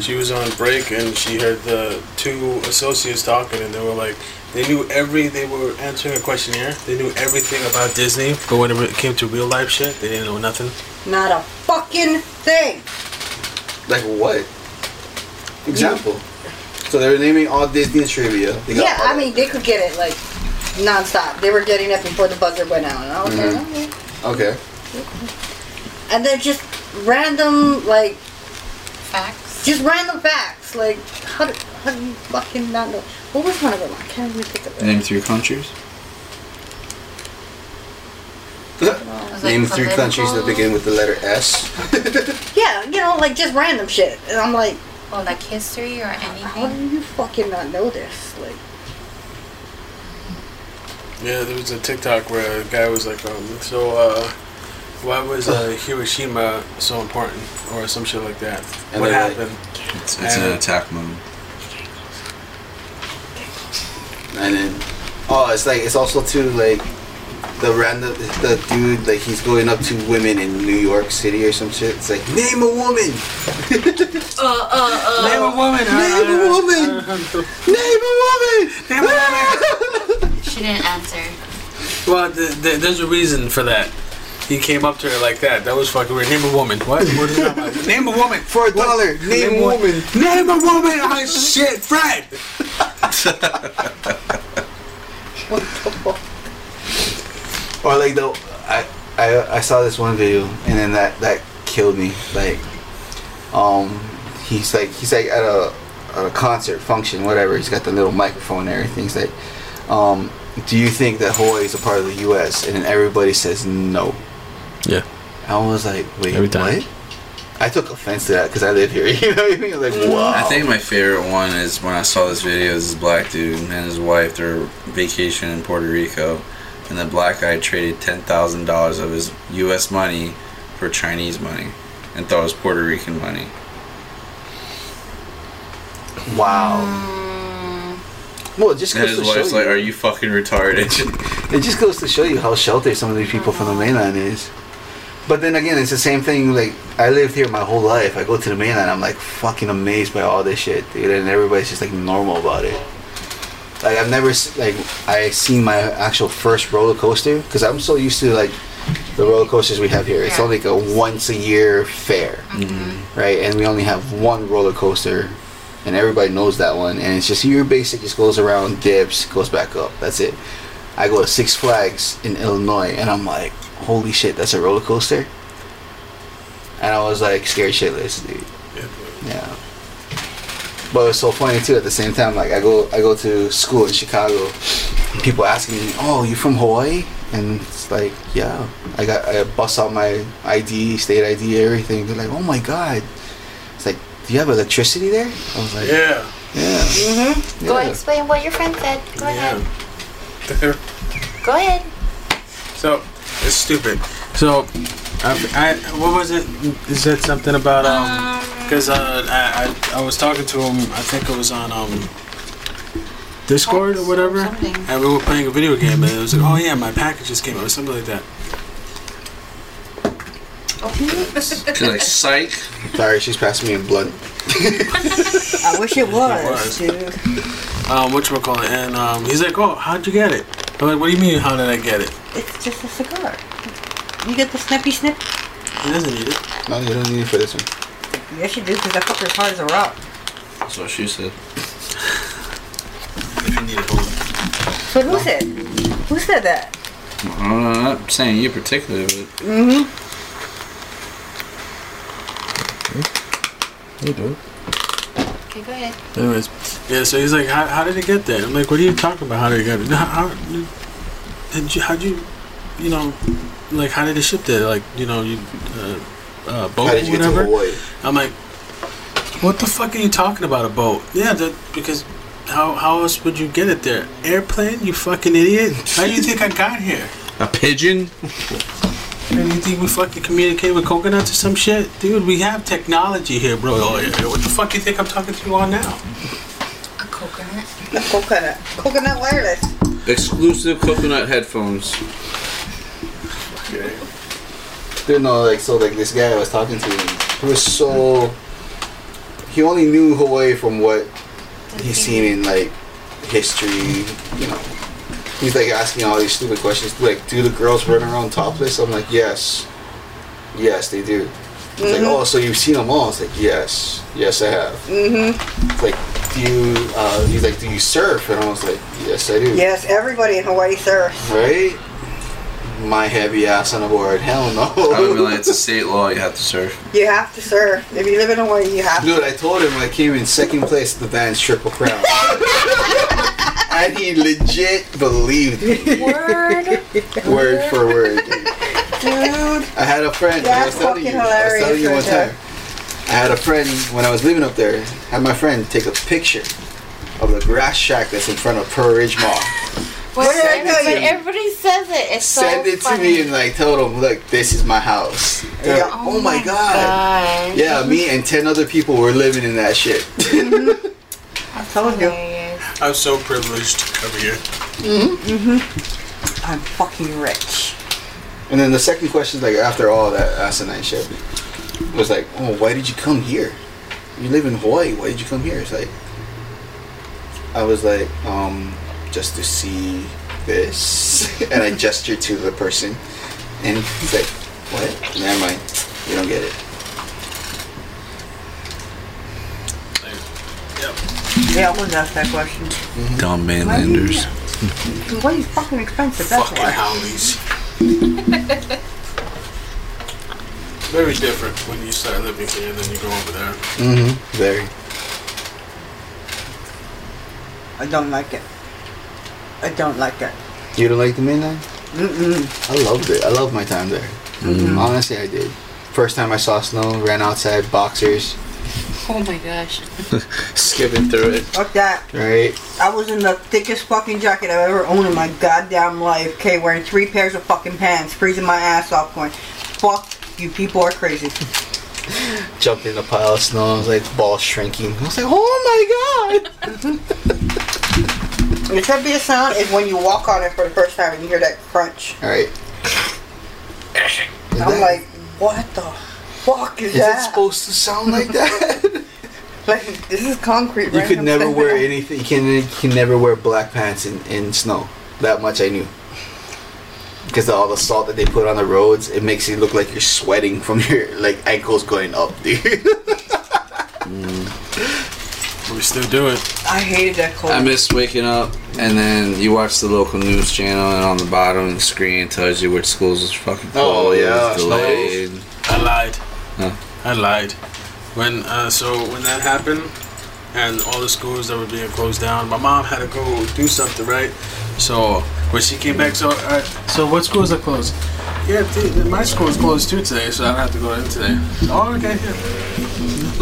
A: She was on break and she heard the two associates talking, and they were like, they knew every. They were answering a questionnaire. They knew everything about Disney, but when it came to real life shit, they didn't know nothing.
C: Not a fucking thing.
D: Like what? Example. So they were naming all Disney trivia. They got
C: Yeah,
D: all
C: I
D: that.
C: mean, they could get it like nonstop. They were getting it before the buzzer went out. And I was like,
D: Mm-hmm.
C: okay.
D: Okay.
C: And they're just random, like,
E: Facts.
C: just random facts. Like, how do, how do you fucking not know? What was one of them? I can't even think of it.
B: Name three countries.
E: Was it
D: Name three countries that
E: political?
D: begin with the letter S.
C: Yeah, you know, like just random shit. And I'm like,
E: Or like history or
C: how
E: anything.
C: do you fucking not know this? Like,
A: Yeah, there was a TikTok where a guy was like, um, so uh, why was uh, Hiroshima so important, or some shit like that?
D: And
A: what
D: they're like-
A: happened?
B: It's, it's an attack mode.
D: And then, oh, it's like it's also too like the random the dude like he's going up to women in New York City or some shit. It's like name a woman,
E: Uh, uh,
A: Name a woman.
D: name a woman,
A: *laughs*
D: name a woman.
A: Name a woman.
E: uh. She didn't answer.
A: Well, th- th- there's a reason for that. He came up to her like that. That was fucking weird. Name a woman. What? what is that? Name a woman.
D: *laughs* For a dollar, name a
A: What?
D: woman.
A: Name a woman. Oh shit, Fred.
D: Or like the I, I I saw this one video and then that that killed me. Like, um, he's like he's like at a at a concert function whatever. He's got the little microphone and everything. He's like, um, do you think that Hawaii is a part of the U.S. and then everybody says no.
A: Yeah.
D: I was like, wait,
A: Every time.
D: what? I took offense to that because I live here. *laughs* You know what I mean? I was like, wow.
B: I think my favorite one is when I saw this video. This black dude and his wife. They're vacation in Puerto Rico, and the black guy traded ten thousand dollars of his U.S. money for Chinese money, and thought it was Puerto Rican money.
D: wow. Well, it just
B: And
D: goes
B: his
D: to show
B: wife's
D: you.
B: like, "Are you fucking *laughs* retarded?"
D: it just goes to show you how sheltered some of these people from the mainland is. But then again, it's the same thing. Like I lived here my whole life. I go to the mainland. I'm like fucking amazed by all this shit, dude. And everybody's just like normal about it. Like I've never s- like I seen my actual first roller coaster because I'm so used to like the roller coasters we have here. It's
E: Yeah.
D: only like
B: Mm-hmm.
D: a once a year fair, right? And we only have one roller coaster and everybody knows that one. And it's just your basic just goes around, dips, goes back up. That's it. I go to Six Flags in Illinois, and I'm like, holy shit, that's a roller coaster. And I was like scared shitless, dude. Yeah. But it's so funny too. At the same time, like I go, I go to school in Chicago. and People asking me, "Oh, you from Hawaii?" And it's like, "Yeah." I got, I bust out my ID, state ID, everything. They're like, "Oh my god!" It's like, "Do you have electricity there?" I was like, "Yeah."
A: Yeah.
D: yeah.
E: Go ahead, explain what your friend said. Go ahead.
A: Yeah.
E: Go ahead.
A: *laughs* so it's stupid. So, um, I, I what was it? You said something about um because uh, I, I I was talking to him. I think it was on um Discord or whatever,
E: Something.
A: and we were playing a video game, and it was like, oh yeah, my package just came out, or something like that.
F: like psych.
D: Sorry, she's passing me a blunt.
C: I wish it
A: was.
C: was, dude.
A: Um, what you call it? And um, he's like, oh, how'd you get it? I'm like, what do you mean? How did I get it?
C: It's just a cigar. You get the snippy snip?
A: He doesn't need it.
D: No, you don't need it for this one.
C: Yes, you do, because that fucker's hard as a rock.
B: That's what she said.
A: If you need it, hold it.
C: But who said? Who said that?
B: I don't know, I'm not saying you particularly, but
G: Hey, dude.
E: Okay, go ahead.
A: Anyways, yeah. So he's like, how, how did it get there? I'm like, what are you talking about? How did it get it? No, How, you- did you? How'd you? You know, like how did it ship there? Like you know, you uh, uh, boat
D: How did
A: or
D: you get to
A: whatever.
D: Hawaii?
A: I'm like, what the fuck are you talking about a boat? Yeah, that, because how how else would you get it there? Airplane? You fucking idiot! How do you think I got here?
B: a pigeon?
A: And you think we fucking communicate with coconuts or some shit? Dude, we have technology here, bro. Oh, yeah, yeah. What the fuck you think I'm talking to you on now?
E: A coconut.
C: The coconut. Coconut wireless.
B: Exclusive coconut headphones.
D: Dude, no, like so, like this guy I was talking to, he was so. He only knew Hawaii from what he's seen in like history. You know, he's like asking all these stupid questions, like, "Do the girls run around topless?" I'm like, "Yes, yes, they do." It's like, "Oh, so you've seen them all?" It's like, "Yes, yes, I have." Mm-hmm. It's like, "Do you?" Uh, he's like, "Do you surf?" And I was like, "Yes, I do."
C: Yes, everybody in Hawaii surfs.
D: Right. My heavy ass on a board. Hell no.
B: I would be like, it's a state law, you have to surf.
C: You have to surf. If you live in Hawaii, you have to.
D: Dude, I told him I came in second place at the Vans Triple Crown. and he legit believed
E: *laughs*
D: me,
E: Word.
D: *laughs* word for word.
C: Dude,
D: I had a friend, I was
C: That's
D: telling you,
C: fucking
D: I was
C: hilarious
D: telling you
C: right
D: one
C: there.
D: time. I had a friend, when I was living up there, had my friend take a picture of the grass shack that's in front of Pearl Ridge Mall.
E: What
C: did I tell
E: everybody,
C: you?
E: everybody says it. It's
D: Send
E: so
D: it to
E: funny.
D: me and like tell them, look, this is my house. They're like, oh, my god.
E: god.
D: Yeah, me and 10 other people were living in that shit.
C: I told you.
E: Hilarious.
A: I'm so privileged every year.
C: I'm fucking rich.
D: And then the second question, like after all that asinine shit, was like, "Oh, why did you come here? You live in Hawaii. Why did you come here?" It's like, I was like, um, just to see this, *laughs* and I gestured to the person, and he's like, "What? Never mind. You don't get it."
C: Yeah, I was asked that question.
B: Dumb mainlanders.
C: What is fucking expensive? That's
A: Fucking
C: why. *laughs*
A: howlies. Very different when you start living here than you go over there.
D: Mm-hmm. Very.
C: I don't like it. I don't like it.
D: You don't like the mainland?
C: Mm-mm.
D: I loved it. I loved my time there. Honestly, I did. First time I saw snow, ran outside, boxers,
E: Oh my gosh.
B: Skipping through it.
C: Fuck that.
D: right?
C: I was in the thickest fucking jacket I've ever owned in my goddamn life. Okay, wearing three pairs of fucking pants, freezing my ass off, going, fuck, you people are crazy.
D: Jumped in a pile of snow. I was like, ball shrinking. I was like, oh my god!
C: And the trippiest sound is when you walk on it for the first time and you hear that crunch.
D: All right. Is
C: I'm
D: that-
C: like, what the fuck is,
D: is
C: that?
D: it supposed to sound like that?
C: *laughs* like, this is concrete,
D: you
C: right?
D: could
C: I'm
D: never
C: stepping
D: wear
C: on-
D: anything. You can, you can never wear black pants in, in snow. That much I knew. Because all the salt that they put on the roads, it makes you look like you're *laughs* sweating from your like ankles going up, dude.
A: We still do it.
C: I hated that cold.
B: I missed waking up, and then you watch the local news channel, and on the bottom of the screen tells you which schools was fucking
D: Oh,
B: closed,
D: yeah,
B: delayed.
A: I lied.
B: Huh.
A: I lied. When uh, so when that happened, and all the schools that were being closed down, my mom had to go do something, right? So when she came back, so uh, so what schools are closed? Yeah, dude, my school's closed too today, so I don't have to go in today. Oh, okay. Yeah.
D: *laughs*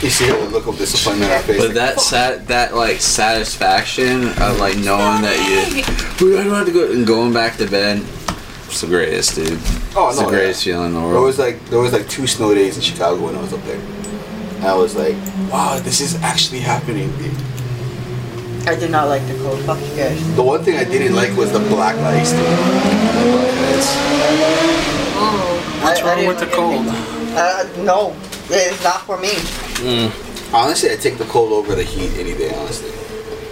D: You see the look of disappointment on her face.
B: But that sat that like satisfaction of like knowing that
E: Hey,
B: you we don't have to go and going back to bed. It's the greatest, dude.
D: oh
B: It's the greatest feeling in the
D: There was
B: world.
D: like there was like two snow days in Chicago when I was up there. And I was like, wow, this is actually happening. dude.
C: I did not like the cold. Fuck you guys.
D: The one thing I didn't like was the black lights. Dude. Black
E: Oh,
A: What's
C: I- I
A: wrong
C: didn't
A: with the
C: like anything.
A: cold?
C: Uh, no, it's not for me.
D: lights. Honestly, I take the cold over the heat any day. Honestly,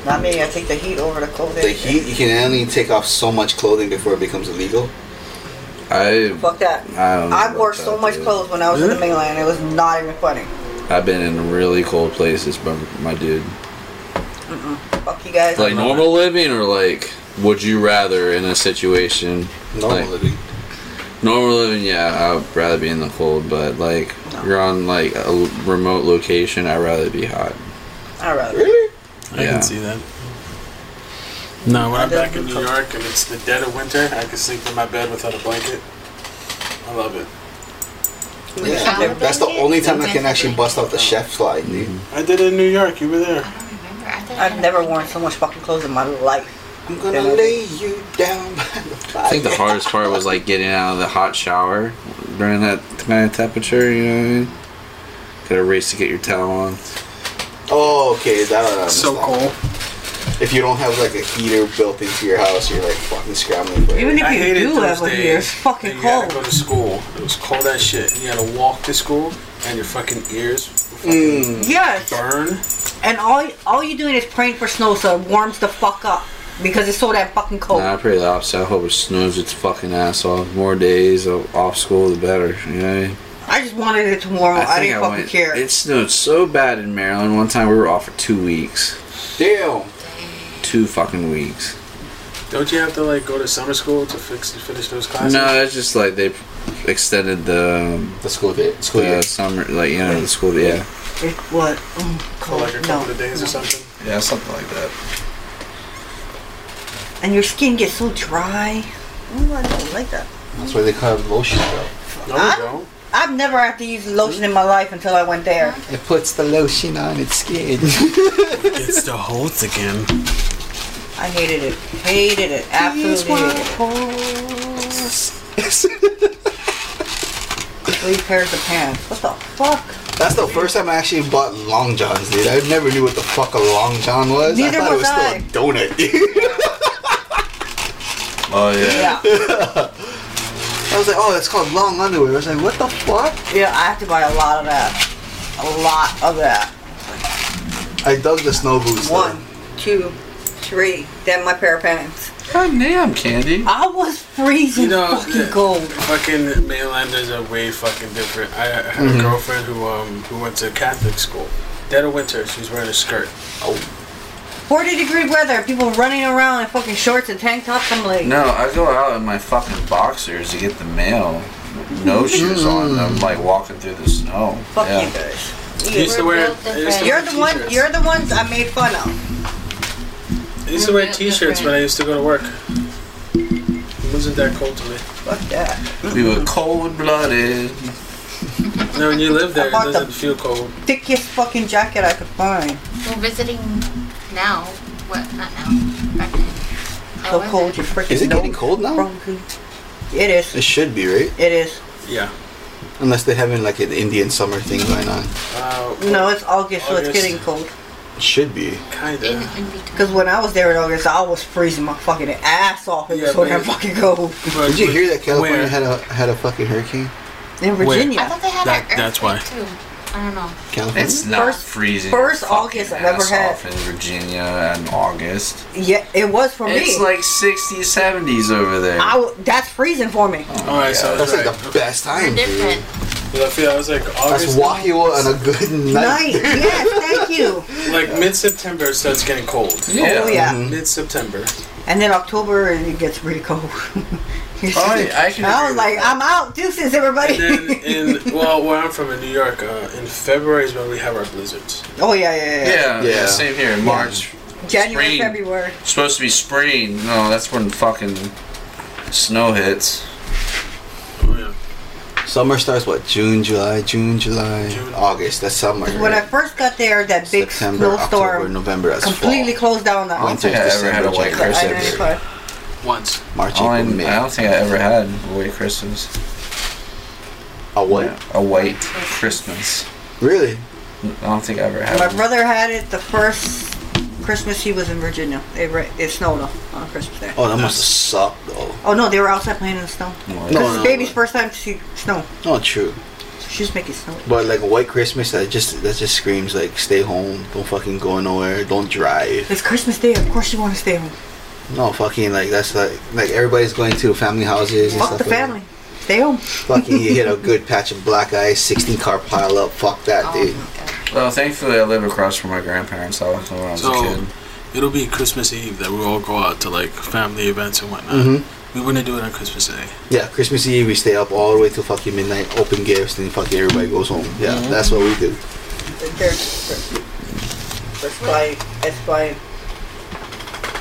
C: Not me. I take the heat over the cold.
D: the heat you can only take off so much clothing before it becomes illegal.
B: I
C: Fuck that.
B: I don't know
C: I
B: about
C: wore so
B: that,
C: much
B: dude.
C: clothes when I was in the mainland. It was not even funny.
B: I've been in really cold places, but my dude.
C: Fuck you guys.
B: Like normal living or like would you rather in a situation like,
D: Normally,
B: Normal living, yeah, I'd rather be in the cold, but like you're on like a l- remote location, I'd rather be hot.
C: I rather.
D: really?
A: I
B: Yeah.
A: can see that. No, when I'm
C: does
A: back in
C: look
A: New
C: cold.
A: York and it's the dead of winter, I can sleep in my bed without a blanket. I love it.
D: Yeah, that's the only time I can actually bust out the chef slide. Dude.
A: I did it in New York. You were there.
E: I don't remember. I thought I
C: I've
E: had-
C: never worn so much fucking clothes in my life.
D: I'm gonna lay you down by the fire.
B: I think the hardest part was like getting out of the hot shower during that kind of temperature, you know what I mean? Gotta race to get your towel on.
D: Oh, okay. That I understand.
A: So cold.
D: If you don't have like a heater built into your house, you're like fucking scrambling. For
C: Even
D: it.
C: if
A: I
C: you
A: hated
C: do
A: those
C: have a heater, it's
A: days. that
C: fucking
A: you had to go
C: cold.
A: to school. It was cold as shit. And you had to walk to school, and your fucking ears would fucking
D: Mm.
C: Yes,
A: burn.
C: and all all you're doing is praying for snow so it warms the fuck up because it's so damn fucking cold.
B: Nah, I pray the opposite. I hope it snows its fucking ass off. More days of off school, the better, you know what I mean?
C: I just wanted it tomorrow. I, didn't fucking
B: went-
C: care.
B: It snowed so bad in Maryland. One time we were off for two weeks.
D: Damn.
B: Two fucking weeks.
A: Don't you have to like go to summer school to fix to finish those classes?
B: No, it's just like they extended the, um,
D: The school did. School
B: the
D: year.
B: summer, like you know, the school. Yeah,
C: It was mm,
A: For
C: cold.
A: like a
C: no,
A: couple of days
C: no.
A: or something.
F: Yeah, something like that.
C: And your skin gets so dry. Ooh, I don't like that.
D: That's why they call it lotion, bro.
A: No,
C: I-
A: we don't.
C: I've never had to use lotion in my life until I went there.
D: It puts the lotion on its skin.
A: It's the Holtz again.
C: I hated it. Hated it. Absolutely hated it.
D: *laughs*
C: Three pairs of pants. What the fuck?
D: That's the first time I actually bought long johns, dude. I never knew what the fuck a long john was.
C: Neither
D: I thought
C: was I.
D: it was still a donut, *laughs* dude.
F: Oh yeah.
C: Yeah.
D: I was like, oh, that's called long underwear. I was like, what the fuck?
C: Yeah, I have to buy a lot of that. A lot of that.
D: I dug the snow boots. though.
C: One, two, three. Then my pair of pants.
F: God damn, Candy.
C: I was freezing
A: You know,
C: fucking
A: yeah.
C: cold.
A: Fucking mainlanders are way fucking different. I I had
C: Mm-hmm.
A: a girlfriend who um who went to Catholic school. Dead of winter, she was wearing a skirt.
C: 40 degree weather. People running around in fucking shorts and tank tops. I'm like,
F: No, I go out in my fucking boxers to get the mail.
B: Mm-hmm.
F: No shoes on. I'm like walking through the snow.
C: fuck
F: yeah.
C: you guys.
A: I used to
E: We're
A: wear.
E: built
A: I used to
E: different.
A: wear
C: You're the one.
A: t-shirts.
C: You're the ones I made fun of.
A: I used to wear
E: We're built
A: t-shirts when I used to go to work. It wasn't that cold to me.
C: Fuck that.
F: We were cold blooded.
A: No, when you live there, it
C: bought
A: doesn't
C: the-
A: feel cold.
C: Thickest fucking jacket I could find.
E: We're visiting now. What? Not now. Back then. How
C: So
E: was
C: cold,
E: Oh, it?
C: you freaking.
D: Is it getting
C: nose
D: cold now?
C: broken. It is.
D: It should be, right?
C: It is.
A: Yeah.
D: Unless they're having like an Indian summer thing going on.
A: Uh,
C: No, it's August, so it's
A: August.
C: getting cold.
D: It should be.
E: In,
A: kinda.
E: in between.
C: Because when I was there in August, I was freezing my fucking ass off. It
A: Yeah,
C: was so
A: but-
C: damn fucking cold.
A: But-
D: Did you
A: but
D: hear that California
A: where-
D: had a had a fucking hurricane?
C: In Virginia.
E: I thought they had
A: That-
E: an earthquake
A: that's why.
E: too. I don't know.
D: California.
F: It's not
C: First-
F: freezing.
C: first
F: your fucking
C: August I've ever
F: ass
C: had.
F: Off in Virginia in August.
C: Yeah, it was for
F: It's
C: me.
F: like 60s, 70s over there.
C: I w- that's freezing for me.
A: All right, so that's
D: That's like
A: right.
D: the best time, dude.
E: Different.
A: But I feel I was like
D: That's
A: August,
D: Wahoo on a good *laughs* night.
C: Night. yes, thank you.
A: like mid September starts getting cold.
B: Yeah.
C: Oh yeah.
A: Mid September.
C: And then October it gets pretty cold. *laughs*
B: Oh, yeah, I can
C: I
B: agree
C: was
B: with
C: like,
B: that.
C: I'm out. Deuces, everybody.
A: And then
C: *laughs*
A: in well, where I'm from in New York, uh, in February is when we have our blizzards.
C: oh yeah, yeah, yeah.
B: Yeah, yeah,
D: Yeah.
B: same here. March
C: January,
B: Spring.
C: February.
B: supposed to be spring. No, that's when fucking snow hits.
A: Oh yeah.
D: Summer starts what? June, July, June, July,
A: June.
D: August. That's summer.
C: When I first got there, that big
D: September, October,
C: snowstorm
D: November. That's
C: completely
D: fall.
C: closed down the
D: Winter,
C: office.
B: Yeah, I ever
D: December,
B: had a white
D: January,
B: Christmas.
C: I
D: February,
C: know, but-
A: Once.
D: March,
B: All
D: April,
B: I, I
D: May.
B: don't think I ever had a white Christmas.
D: A Oh, what?
B: A white Christmas.
D: Really?
B: I don't think I ever had.
C: My
B: one.
C: brother had it the first Christmas he was in Virginia. It, ra- it snowed on on Christmas Day.
D: Oh, that must have sucked though.
C: Oh no, they were outside playing in the snow.
B: Well,
D: No,
C: This is
D: Oh, no,
C: baby's
D: no.
C: first time to see snow.
D: Not true.
C: She's making snow.
D: But like a white Christmas, that just that just screams like stay home, don't fucking go nowhere, don't drive.
C: It's Christmas Day. Of course you want to stay home.
D: No fucking like that's like like everybody's going to family houses. and
C: Fuck
D: stuff
C: the
D: like that.
C: family. Stay home.
D: Fucking you
C: *laughs*
D: hit a good patch of black ice, sixteen car pile up. Fuck that
E: Oh
D: dude.
E: my god.
B: Well, thankfully I live across from my grandparents' house when I was a
A: So
B: kid.
A: it'll be Christmas Eve that we all go out to like family events and whatnot.
D: Mhm.
A: We wouldn't do it on Christmas Day.
D: Yeah, Christmas Eve we stay up all the way till fucking midnight, open gifts, then fucking everybody goes home. Yeah,
C: Mm-hmm.
D: that's what we do.
C: There's, there's by, it's by.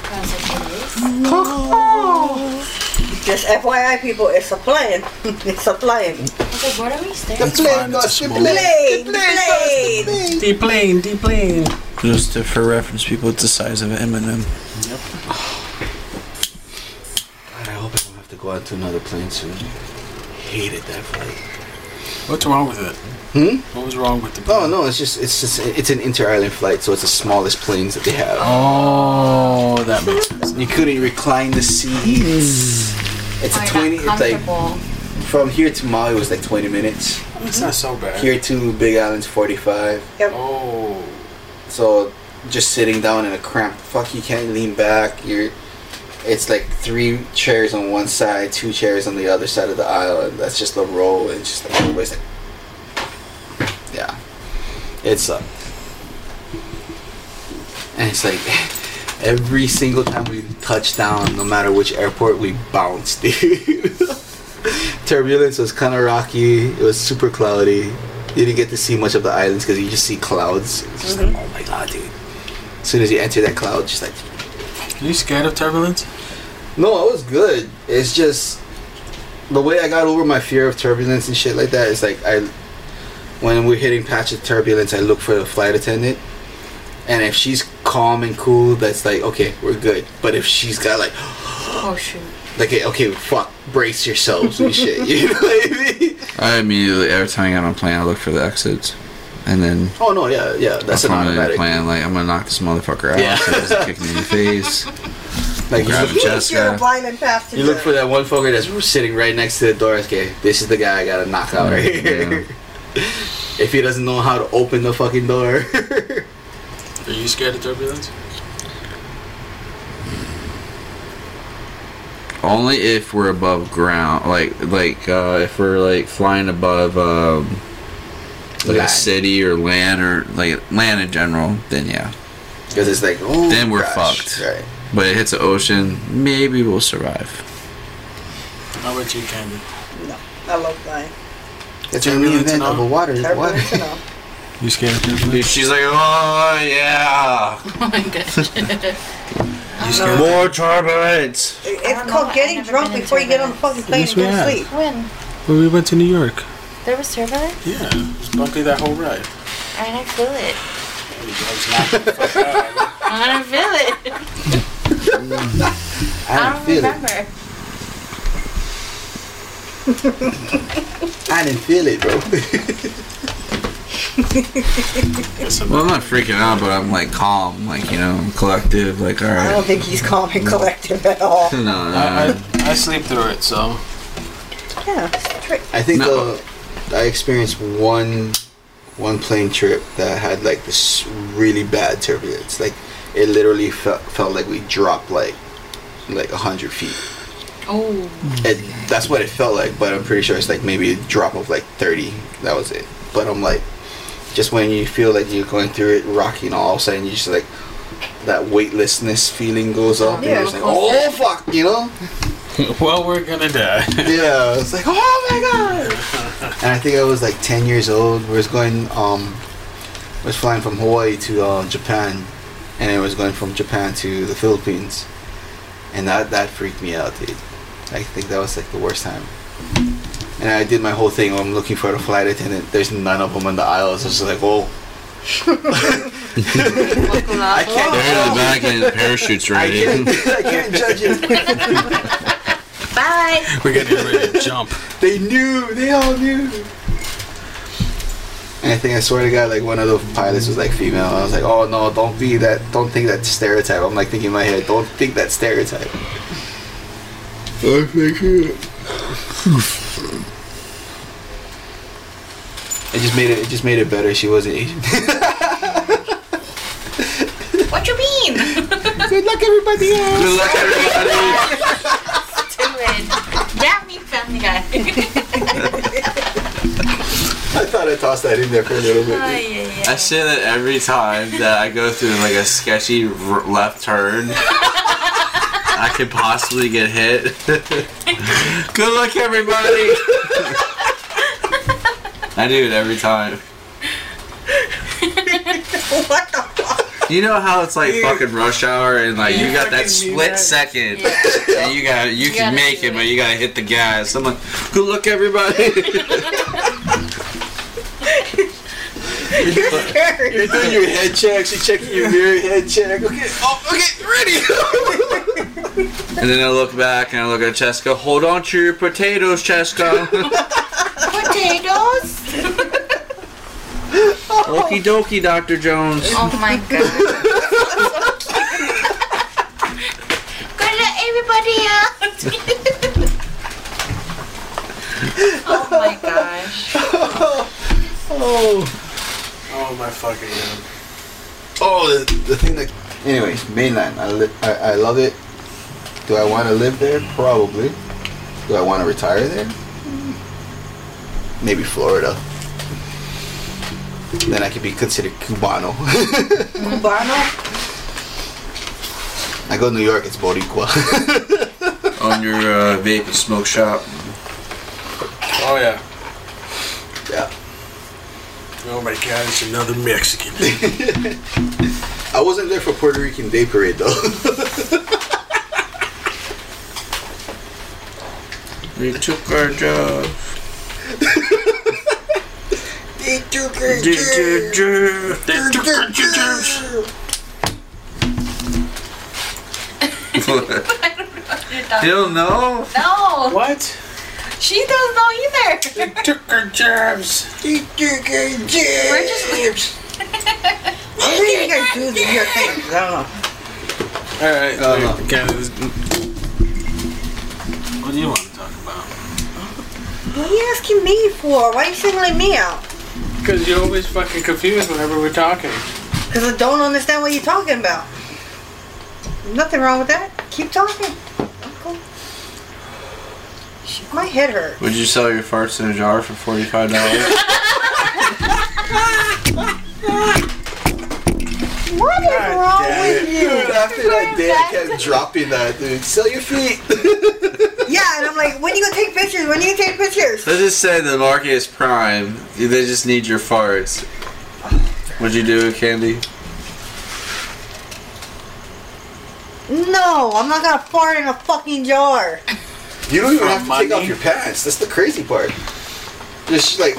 E: That's what it is.
C: Just FYI, people, it's a plane. *laughs* it's a plane.
E: I was like, what are we staring
D: The
E: at?
D: plane
A: got
D: goes
A: to
D: to
A: play,
D: play.
C: the plane goes
A: Deep plane, deep plane.
B: Just to, for reference, people, it's the size of an M&M.
D: God, I hope I don't have to go out to another plane soon. Hated that flight.
A: What's wrong with it?
D: Hmm?
A: What was wrong with the plane?
D: Oh no, it's just it's just it's an inter-island flight, so it's the smallest planes that they have.
A: Oh, that makes sense.
D: You couldn't recline the seats. It's a
E: Why not
D: twenty. It's like
E: Oh comfortable?
D: from here to Maui was like twenty minutes.
A: Oh, It's not so bad.
D: Here to Big Island's forty-five.
A: Oh.
D: So just sitting down in a cramped fuck, you can't lean back. You're. It's like three chairs on one side, two chairs on the other side of the aisle, and that's just the row. And just like everybody's like, yeah, it sucked. And it's like *laughs* every single time we touch down, no matter which airport, we bounce, *laughs* dude. Turbulence was kind of rocky. It was super cloudy. You didn't get to see much of the islands because you just see clouds. It's just
E: Mm-hmm.
D: like, oh my god, dude. As soon as you enter that cloud, just like,
A: Are you scared of turbulence?
D: no, it was good. It's just the way I got over my fear of turbulence and shit like that is like I, when we're hitting patch of turbulence, I look for the flight attendant, and if she's calm and cool, that's like okay, we're good. But if she's got like
E: *gasps* Oh shoot.
D: like eh, okay, fuck, brace yourselves and shit, *laughs* you know what I mean?
B: I immediately, every time I get on a plane, I look for the exits. And then
D: Oh no, yeah, yeah, that's an
B: I'm on a
D: automatic.
B: plane, like, I'm gonna knock this motherfucker out.
D: Yeah.
B: Yeah. So kick me in the
D: *laughs*
B: face.
D: Like you
B: Grab him.
D: look, *laughs*
C: You're a
B: Jessica.
C: violent bastard.
D: you look for that one fucker that's sitting right next to the door. Okay, this is the guy I gotta knock out right here. if he doesn't know how to open the fucking door,
A: Are you scared of turbulence?
B: Only if we're above ground, like like uh, if we're like flying above um, like a
D: Land.
B: city or land or like land in general, then yeah.
D: because it's like oh,
B: Then we're
D: gosh.
B: fucked.
D: Right.
B: But it hits the ocean, maybe we'll survive.
A: How about you, Candy?
C: No, I love flying.
D: It's
A: Turbulence
D: a
A: and
D: reinvent
A: all.
D: of a water. water.
C: Turbulence, you know.
A: You scared of turbulence?
B: She's like, oh yeah,
E: Oh my
D: *laughs*
E: god.
B: more turbulence.
E: don't
C: It's
E: know,
C: called
E: I've
C: getting
E: never
C: drunk
E: been in
C: before you get on the fucking
E: turbulence.
C: plane
A: Yes,
C: and go
A: we
C: to
A: have.
C: sleep.
E: when?
A: When we went to New York.
E: There was turbulence?
A: Yeah, it was bumpy that whole ride.
E: I don't feel it.
A: It's not-
E: I don't feel it. I
D: I
E: don't
D: didn't feel it.
E: remember.
D: I didn't feel it, bro.
A: it's
B: Well, I'm
A: a-
B: not freaking out, but I'm like calm, like you know, collective, like all
C: I don't
B: right.
C: think he's calm and *laughs* collective at all.
B: *laughs* No, no,
A: I,
B: no.
A: I, I sleep through it, so.
C: Yeah, it's a *laughs* trick.
D: I think
B: No.
D: uh, I experienced one one plane trip that had like this really bad turbulence. Like it literally felt felt like we dropped like like a hundred feet. *laughs*
E: Oh.
D: It, that's what it felt like, but I'm pretty sure it's like maybe a drop of like 30. That was it. But I'm like, just when you feel like you're going through it, rocky, and all of a sudden you just like that weightlessness feeling goes up, and
C: Yeah,
D: you're just
C: of
D: like, oh fuck, you know?
A: *laughs* well, we're gonna die.
D: yeah, it's like, oh my god. and I think I was like 10 years old. We was going, um, was flying from Hawaii to uh, Japan, and it was going from Japan to the Philippines, and that that freaked me out, dude. I think that was like the worst time. And I did my whole thing. I'm looking for the flight attendant. There's none of them on the aisles. I was just like, oh,
E: Buckle up.
D: I can't.
B: They're in the back and the parachutes
D: *laughs* I
B: ready.
D: can't, I can't judge it.
E: Bye.
A: We're getting ready to jump.
D: They knew. They all knew. And I think I swear to God, like one of the pilots was like female. I was like, oh no, don't be that. Don't think that stereotype. I'm like thinking in my head, don't think that stereotype. It just made it. It just made it better. She wasn't *laughs* Asian.
E: What you *laughs* mean?
D: Good luck, everybody. Else.
F: Good luck, everybody.
E: Stupid. That mean family guy.
D: I thought I tossed that in there for a little bit.
E: Ay, ay,
B: I
E: ay.
B: say that every time that I go through like a sketchy r- left turn, I could possibly get hit. *laughs* Good luck, everybody. *laughs* I do it every time.
C: what the fuck?
B: You know how it's like fucking rush hour and like you got
D: Fucking
B: that
D: do
B: split
D: that.
B: second and you got you, can
E: gotta
B: make
E: do
B: it,
E: it.
B: but you gotta hit the gas. I'm like, good luck, everybody. *laughs*
C: You're scared.
D: You're doing your head checks. You're checking your mirror head check. Okay. Oh, okay. Ready.
B: and then I look back and I look at Cheska. Hold on to your potatoes,
D: *laughs*
B: Cheska.
E: Potatoes?
B: Okie dokie, Doctor Jones.
E: Oh my god. Good luck, everybody out. oh my gosh.
A: Oh my fucking god.
D: Oh, the, the thing that. Anyways, mainland. I, li- I I love it. Do I want to live there? Probably. Do I want to retire there? Mm. Maybe Florida. Then I could be considered Cubano. *laughs*
C: Cubano?
D: I go to New York, it's Boricua. *laughs*
B: on your uh, vape and smoke shop.
A: Oh yeah.
D: yeah.
A: Oh my god, it's another Mexican.
D: I wasn't there for Puerto Rican Day Parade though. *laughs*
B: They took our job.
D: *laughs* They took *laughs*
B: you don't know?
E: No,
A: what?
E: she doesn't know either.
A: *laughs* Took her jobs.
E: We're just
C: I think you guys do the weird things. I don't know.
A: All right.
D: Oh, no.
A: okay, this- what do you want to talk about?
C: What are you asking me for? Why are you singling me out?
A: Because you're always fucking confused whenever we're talking.
C: Because I don't understand what you're talking about. Nothing wrong with that. Keep talking. I'm cool. Shit, My head hurts.
B: Would you sell your farts in a jar for forty-five dollars?
C: What is wrong with *laughs* you?
D: Dude, after that day, I kept dropping that, dude. Sell your feet. *laughs*
C: Yeah, and I'm like, when you gonna take pictures? When you gonna take pictures?
B: Let's just say the market is prime. They just need your farts. Would you do it, Candy?
C: No, I'm not gonna fart in a fucking jar.
D: You don't
A: For
D: even have to take
A: money?
D: off your pants. That's the crazy part. Just like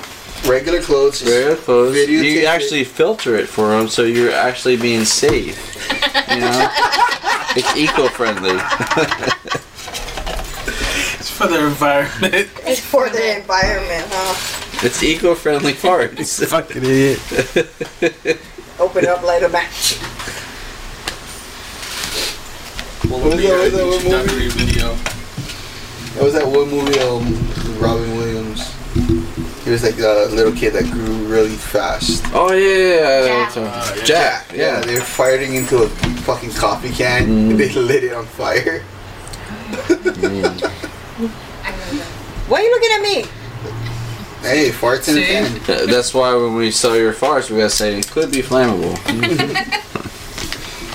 D: regular clothes. just-
B: close.
D: Videotape it.
B: You actually filter it for them, so you're actually being safe. You *laughs* know, it's eco-friendly.
A: It's for the *laughs* environment.
C: It's for the environment, huh?
B: It's eco-friendly farts.
D: Fucking idiot.
C: Open up, light a match.
A: What would be
D: that-
A: our
D: what was that one
A: introductory video?
D: That was that one movie, um, Robin Williams. He was like a little kid that grew really fast.
B: *laughs* oh yeah.
E: Jack.
A: Uh, yeah.
B: Jack.
D: Mm. *laughs* Yeah, they were firing into a fucking coffee can and they lit it on fire.
E: I know that.
C: Why are you looking at me?
D: Hey, farts in a can.
B: Th- That's why when we sell your farts, we gotta say it could be flammable.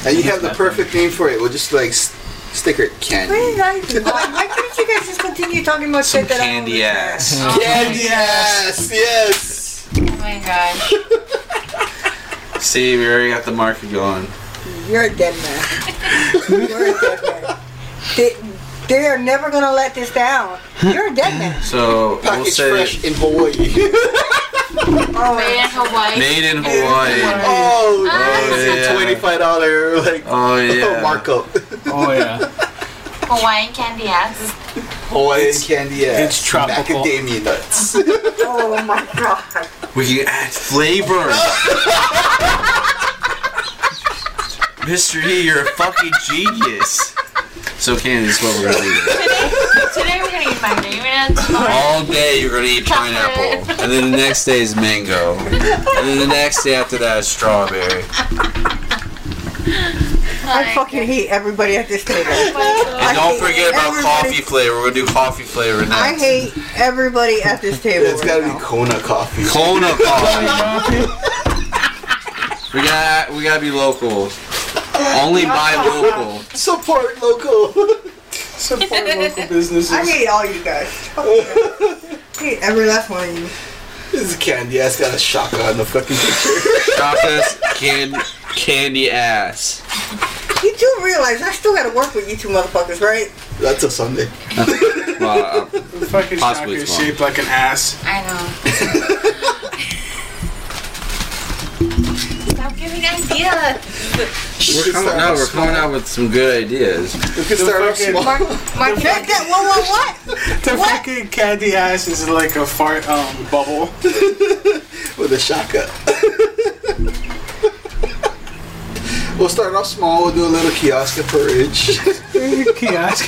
D: And you have the perfect name for it. We'll just like s- sticker it
C: Why,
D: candy.
C: guys, why, why couldn't you guys just continue talking about
F: Some
C: shit that I
F: candy
C: don't
F: ass.
B: Oh.
D: Candy ass, yes.
E: Oh my gosh.
B: See, we already got the market going.
C: You're a dead man. You're a dead man. They, they are never gonna let this down. You're a dead
B: *laughs*
C: man.
B: So we'll
D: Packaged
B: say
D: fresh in Hawaii.
E: Made in Hawaii.
B: made in Hawaii.
D: *laughs* *laughs* oh,
E: Ah.
D: it's
B: yeah.
D: a twenty-five dollar like
B: Oh yeah.
D: *laughs* markup.
A: Oh yeah.
E: Hawaiian candy ass.
D: Hawaiian candy ass.
A: it's tropical.
D: Macadamia nuts.
C: Oh my god.
B: We can add flavor. Mr. E, you're a fucking genius. So candy is what we're gonna eat.
E: Today we're gonna eat *laughs* macadamia nuts.
B: All day you're gonna eat pineapple, and then the next day is mango, and then the next day after that is strawberry.
C: I fucking hate everybody at this table. I
B: And don't
C: hate
B: forget about
C: everybody-
B: coffee flavor. We're gonna do coffee flavor next.
C: I hate everybody at this table.
D: it's
C: right
D: gotta be
C: now.
D: Kona coffee.
C: *laughs*
B: Kona coffee. we gotta we gotta be local. Only buy local.
D: Support local. *laughs*
A: Support local businesses.
C: I hate all you guys. I hate every last one of you.
D: this candy ass got a shotgun in the fucking picture.
B: Chocolate can, candy ass.
C: You do realize I still gotta work with you two motherfuckers, right?
D: That's a Sunday.
B: Well, uh,
A: The fucking shocker
B: Possibly
A: is
B: it's wrong.
A: shaped like an ass.
E: I know. *laughs* Stop giving ideas.
B: we're coming, no, we're coming out with some good ideas.
D: We could start off
A: fucking-
D: small.
E: Mark, Mark,
C: That, that, what, what, what?
A: The fucking candy ass is like a fart um, bubble. *laughs*
D: with a shotgun. *laughs* we'll start off small. We'll do a little kiosk at Parage.
A: Kiosk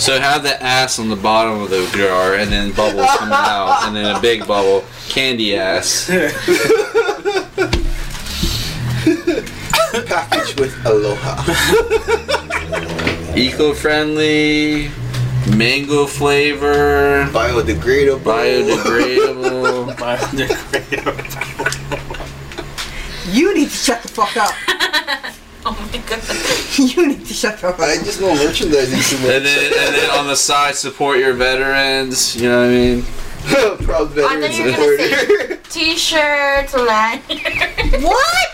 B: So have the ass on the bottom of the jar, and then bubbles come out, and then a big bubble, candy ass.
D: Package *laughs* with Aloha.
B: Eco-friendly, mango flavor,
D: Biodegradable.
B: biodegradable.
A: *laughs* Biodegradable.
C: You need to shut the fuck *laughs* up.
E: oh my god.
C: You need to shut the fuck
D: I
C: up.
D: just know merchandising too much.
B: And then, and then on the side, support your veterans. You know what I mean?
D: *laughs* Proud
E: I
D: veteran
E: thought you were gonna say-
D: supporter.
E: T-shirts, lanyards.
C: What?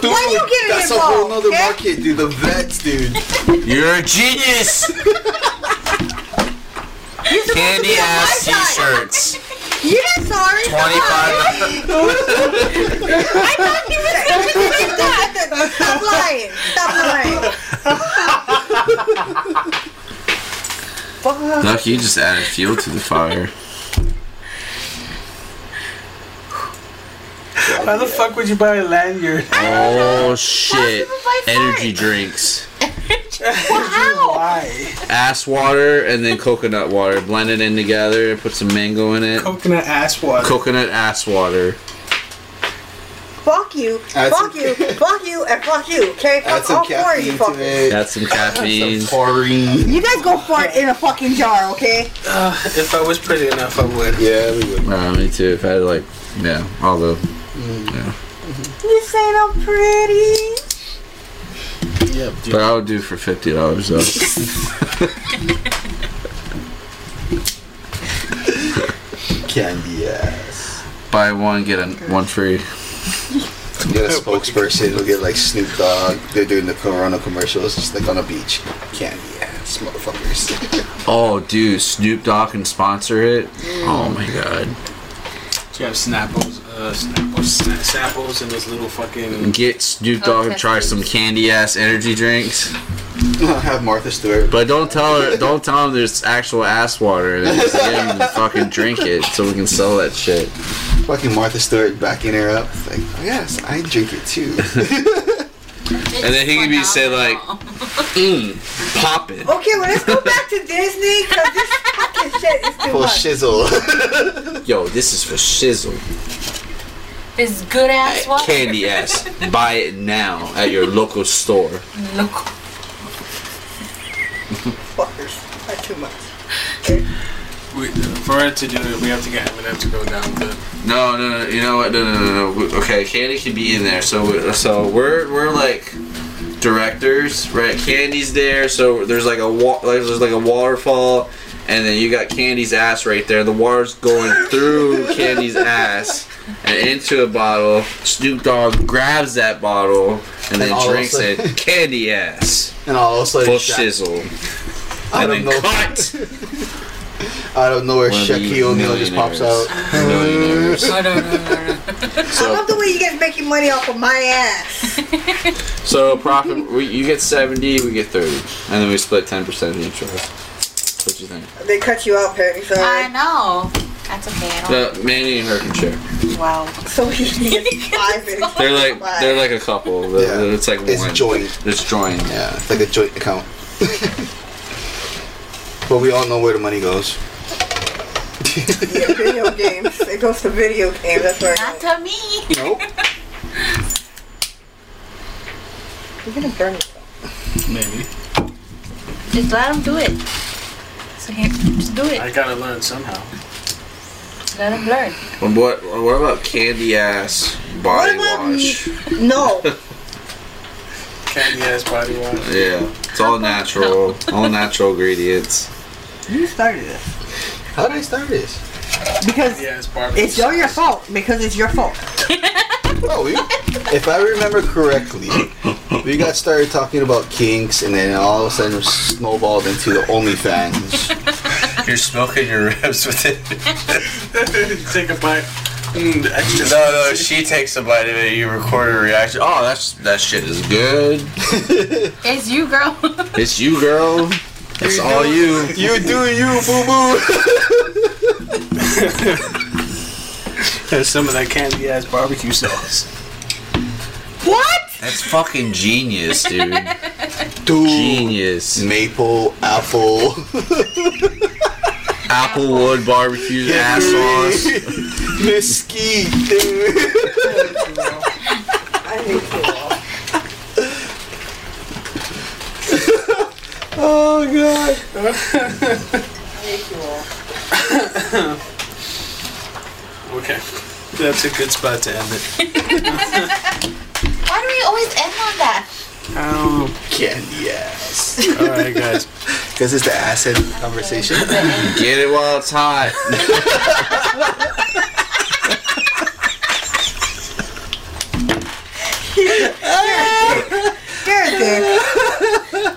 C: Why are you getting
D: That's a
C: involved?
D: whole nother
C: okay?
D: market, dude. The vets, dude.
B: You're a genius. Candy ass t-shirts.
C: Yeah, sorry.
B: Twenty-five.
C: I thought you were gonna say that. Stop
D: *laughs*
C: lying. Stop lying. Fuck.
B: Lucky, you just added fuel to the fire.
A: How the fuck would you buy a lanyard?
B: Oh shit!
E: people buy
B: Energy drinks,
E: Wow.
A: Why?
B: ass water, and then coconut water. Blend it in together. Put some mango in it.
A: Coconut ass water.
B: Coconut ass water.
C: Fuck you.
D: Add
C: Fuck
D: some-
C: you. Fuck you. And fuck you. Okay.
D: Add
C: Fuck
D: some
C: all four of you
D: caffeine to
C: fuckers.
D: it.
B: Got some caffeine.
D: Some taurine.
C: You guys go fart in a fucking jar, okay?
A: Uh, if I was pretty enough, I would.
D: Yeah, we would.
B: Uh, me too. If I had like, yeah, all the
C: You say I'm pretty.
A: Yep,
B: But I would do for fifty dollars though.
D: Candy ass.
B: Buy one, get a, one free.
D: Get a spokesperson. We'll get like Snoop Dogg. They're doing the Corona commercials, just like on a beach. Candy ass, motherfuckers. *laughs*
B: Oh, dude, Snoop Dogg can sponsor it. Oh my god.
A: Do you have Snapples, uh, Snapples, Sna- Snapples, and those little fucking.
B: Get Snoop Dogg and try some candy ass energy drinks,
D: Have Martha Stewart.
B: but don't tell her. Don't tell him there's actual ass water in it. Just get him to fucking drink it so we can sell that shit.
D: Fucking Martha Stewart backing her up. It's Like, oh yes, I drink
B: *laughs*
D: it too.
B: And then he can be said like, mm, pop it.
C: Okay, well, let's
D: *laughs*
C: go back to Disney because this fucking shit is too
D: Full
C: much.
D: shizzle.
B: Yo, this is for shizzle.
E: This good ass water.
B: Candy ass. Buy it now at your local store.
E: Look.
C: Fuckers. Not too much.
A: We, for it to do it, we have to get Eminem to go down to.
B: No, no, no. You know what? No, no, no, no. We- Okay, Candy can be in there. So, we- so we're we're like directors, right? Candy's there. So there's like a wa- like there's like a waterfall, and then you got Candy's ass right there. The water's
D: *laughs*
B: going through Candy's ass and into a bottle. Snoop Dogg grabs that bottle and then
D: And all of a
B: drinks
D: sudden-
B: it. Candy
D: *laughs*
B: ass,
D: *laughs* And all of a sudden,
B: full
D: Sha-
B: shizzle,
D: out
B: and
D: of
B: then
D: nowhere,
B: cut.
D: out of nowhere,
B: One of these
D: Shaquille O'Neal just pops out.
B: millionaires.
D: *laughs*
B: Millionaires.
D: Oh.
C: I love the way you guys making money off of my ass.
B: So profit, we, you get seventy, we get thirty, and then we split ten percent each of us. What you think?
C: They cut you out, Perry. So
E: I know. That's okay. I don't.
B: No, Manny and her can share.
E: Wow. *laughs*
C: so he gets five minutes.
B: They're like they're like a couple. They're-
D: Yeah.
B: It's like
D: It's
B: one.
D: joint.
B: It's joint.
D: Yeah, it's like a joint account. *laughs* but we all know where the money goes.
C: Yeah, video games. It goes to video games. That's where.
E: Not to me.
D: Nope.
C: You're gonna burn it.
A: Maybe.
E: Just let him do it. So here, just do
A: I
E: it.
A: gotta learn somehow.
E: Let him learn.
B: Well, What what about candy ass body
C: What about
B: wash? *laughs*
C: No.
A: Candy ass body wash.
B: Yeah, it's all natural, all natural ingredients.
C: you started this
D: How did I start this?
C: because
A: Candy ass barbecue.
C: it's
A: *laughs*
C: all your fault. Because it's your fault.
D: Oh, we, if I
B: *laughs*
D: remember correctly, we got started talking about kinks, and then all of a sudden snowballed into the
B: *laughs*
D: OnlyFans.
H: You're smoking your ribs with it.
A: Take a bite. Mm, the extra.
H: No, no, she takes a bite of it. You record a reaction.
B: Oh, that's that shit is good.
E: It's you, *laughs* girl.
B: It's you, girl. It's all you.
D: you do you, boo boo.
A: *laughs* Some of that candy ass barbecue sauce.
C: What?
B: That's fucking genius, dude.
D: Dude,
B: Genius.
D: maple apple. *laughs*
B: Applewood barbecue ass sauce.
D: Mesquite, dude.
C: I hate you.
D: Oh god.
C: I hate you all.
A: Okay. That's a good spot to end it.
E: Why do we always end on that?
A: Oh.
D: Candy *laughs* ass.
A: All right, guys.
D: Because it's the acid *laughs* conversation.
B: Get it while it's hot.
C: You're a
E: *laughs*
C: dick.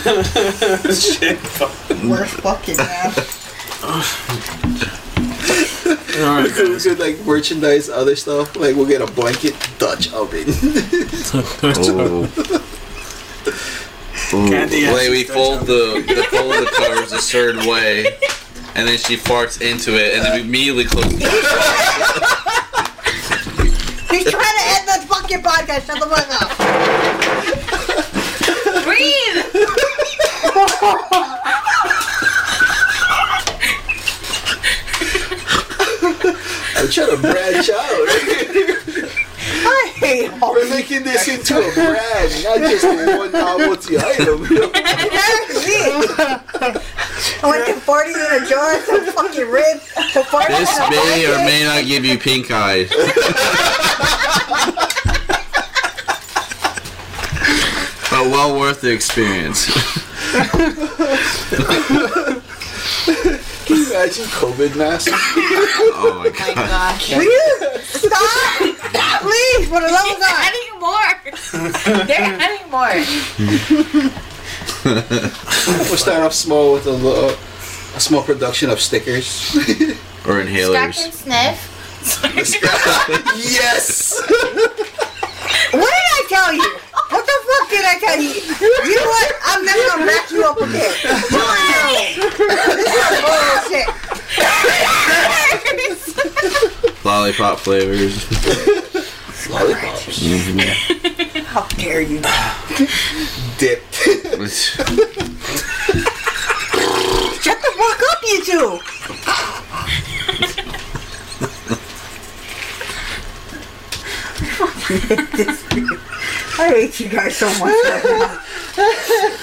A: Shit. Fuck.
C: Worst fucking ass.
A: All right,
D: we
A: guys.
D: could like merchandise other stuff. Like we'll get a blanket Dutch oven. *laughs*
B: Ooh.
A: Mm. Candy ass
B: Wait, we
A: is
B: fold the, the fold the covers a certain way, and then she farts into it, and then we immediately close. The-
C: He's trying to end the fucking podcast. Shut the fuck
E: *laughs*
C: up.
E: Breathe.
D: I'm trying to branch out.
C: I hate all
D: We're making this into a brand, not just one novelty item. *laughs*
C: I went to parties in a jar, some fucking rib, to parties
B: this
C: in a
B: may or
C: bucket.
B: may not give you pink eye. But well worth the experience.
D: Can you imagine COVID masks?
B: Oh my god.
E: My gosh.
C: Will you stop? Please, for the love of God.
E: adding more.
B: *laughs*
E: They're adding more.
D: We'll start off small with a little, a small production of stickers.
B: Or
E: Scratch
B: inhalers.
E: and sniff.
D: yes.
C: What did I tell you? What the fuck did I tell you? You know what? I'm never gonna back you up again. You are bullshit.
B: Lollipop flavors.
D: Lollipops.
C: How dare you?
D: Dipped.
C: Shut the fuck up, you two. *laughs* I hate you guys so much. right now.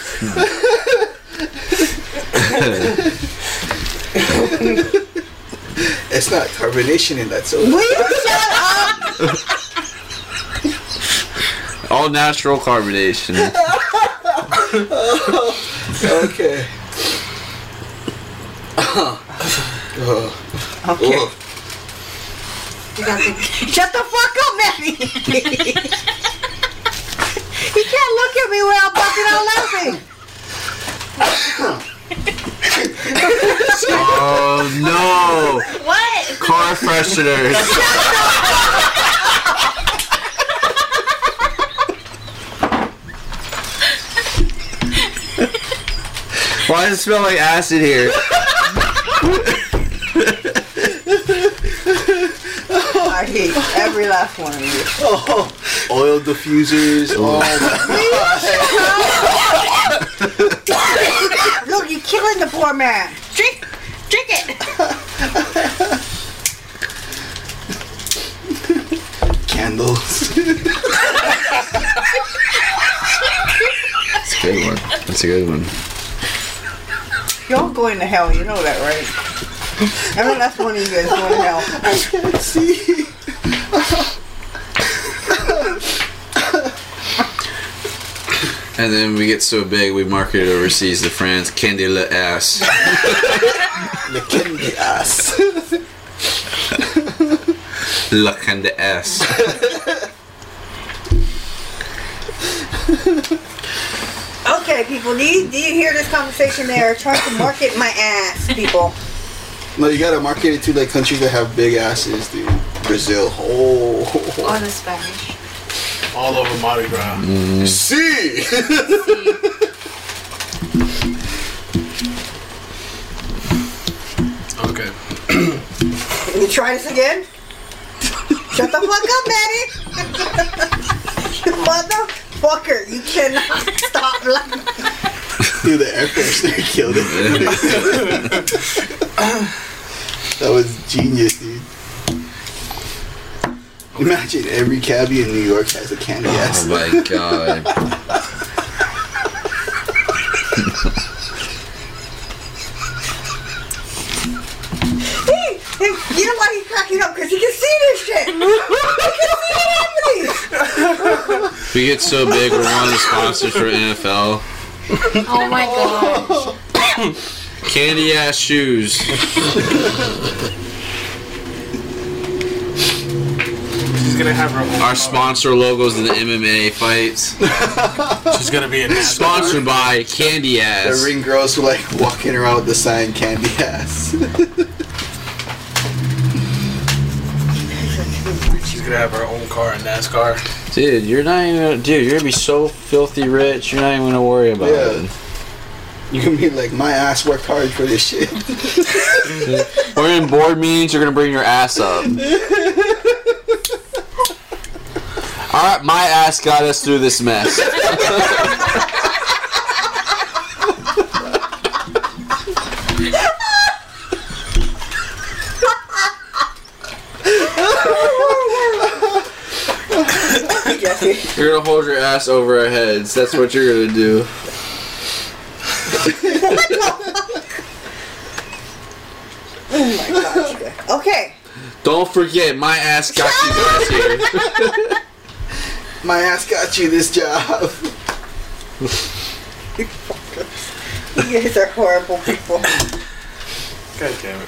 D: It's not carbonation in that soda.
C: Will you shut up?
B: All natural carbonation.
D: Okay. oh,
C: Okay.
D: oh.
E: You got the
C: Shut the fuck up, Matthew. you can't look at me without busting out laughing.
B: oh no!
E: what?
B: Car fresheners. Why does it smell like acid here?
C: I hate every last one of you.
D: Oil diffusers. Oh,
C: *laughs* Look, you're killing the poor man.
E: Drink, drink it.
D: candles.
B: That's a good one. That's a good one.
C: Y'all going to hell, you know that, right? Every last one of you guys going to hell.
D: I can't see.
B: And then we get so big, we market it overseas to France. Candy la ass.
D: The candy ass.
B: La candy ass.
C: Okay, people, do you, do you hear this conversation there? Trying to market my ass, people.
D: No, you gotta market it to like countries that have big asses, dude. Brazil.
E: Or
D: Oh, *laughs*
E: the Spanish.
A: All over Mardi Gras.
D: see.
A: Okay.
C: Can you try this again? Shut the fuck up, Maddie! *laughs* you motherfucker, you cannot stop laughing.
D: Dude, the air freshener killed it. that was genius, dude. Imagine every cabbie in New York has a candy
B: Oh
D: ass.
B: my god.
C: Hey, hey, you know why he's cracking up? Because he can see this shit! he can see it happening!
B: We get so big, we're one of the sponsors for NFL.
E: Oh *laughs* my god.
B: Candy ass shoes.
A: She's gonna have her own.
B: Our sponsor logos in the MMA fights.
A: She's gonna *laughs* be an
B: Sponsored by Candy
D: The
B: Ass.
D: ring girls were like walking around with the sign candy ass. *laughs*
A: She's gonna have her own car in NASCAR.
B: Dude, you're not even. Dude, you're gonna be so filthy rich. You're not even gonna worry about
D: yeah. You can be like, my ass worked hard for this shit.
B: it. We're in board meetings. You're gonna bring your ass *laughs* up. All right, my ass got us through this mess.
C: Jesse,
B: You're gonna hold your ass over our heads. That's what you're gonna do.
C: Okay,
B: Don't forget, my ass got you guys here. *laughs*
D: My ass got you this job. *laughs*
C: you guys are horrible people.
A: God damn it.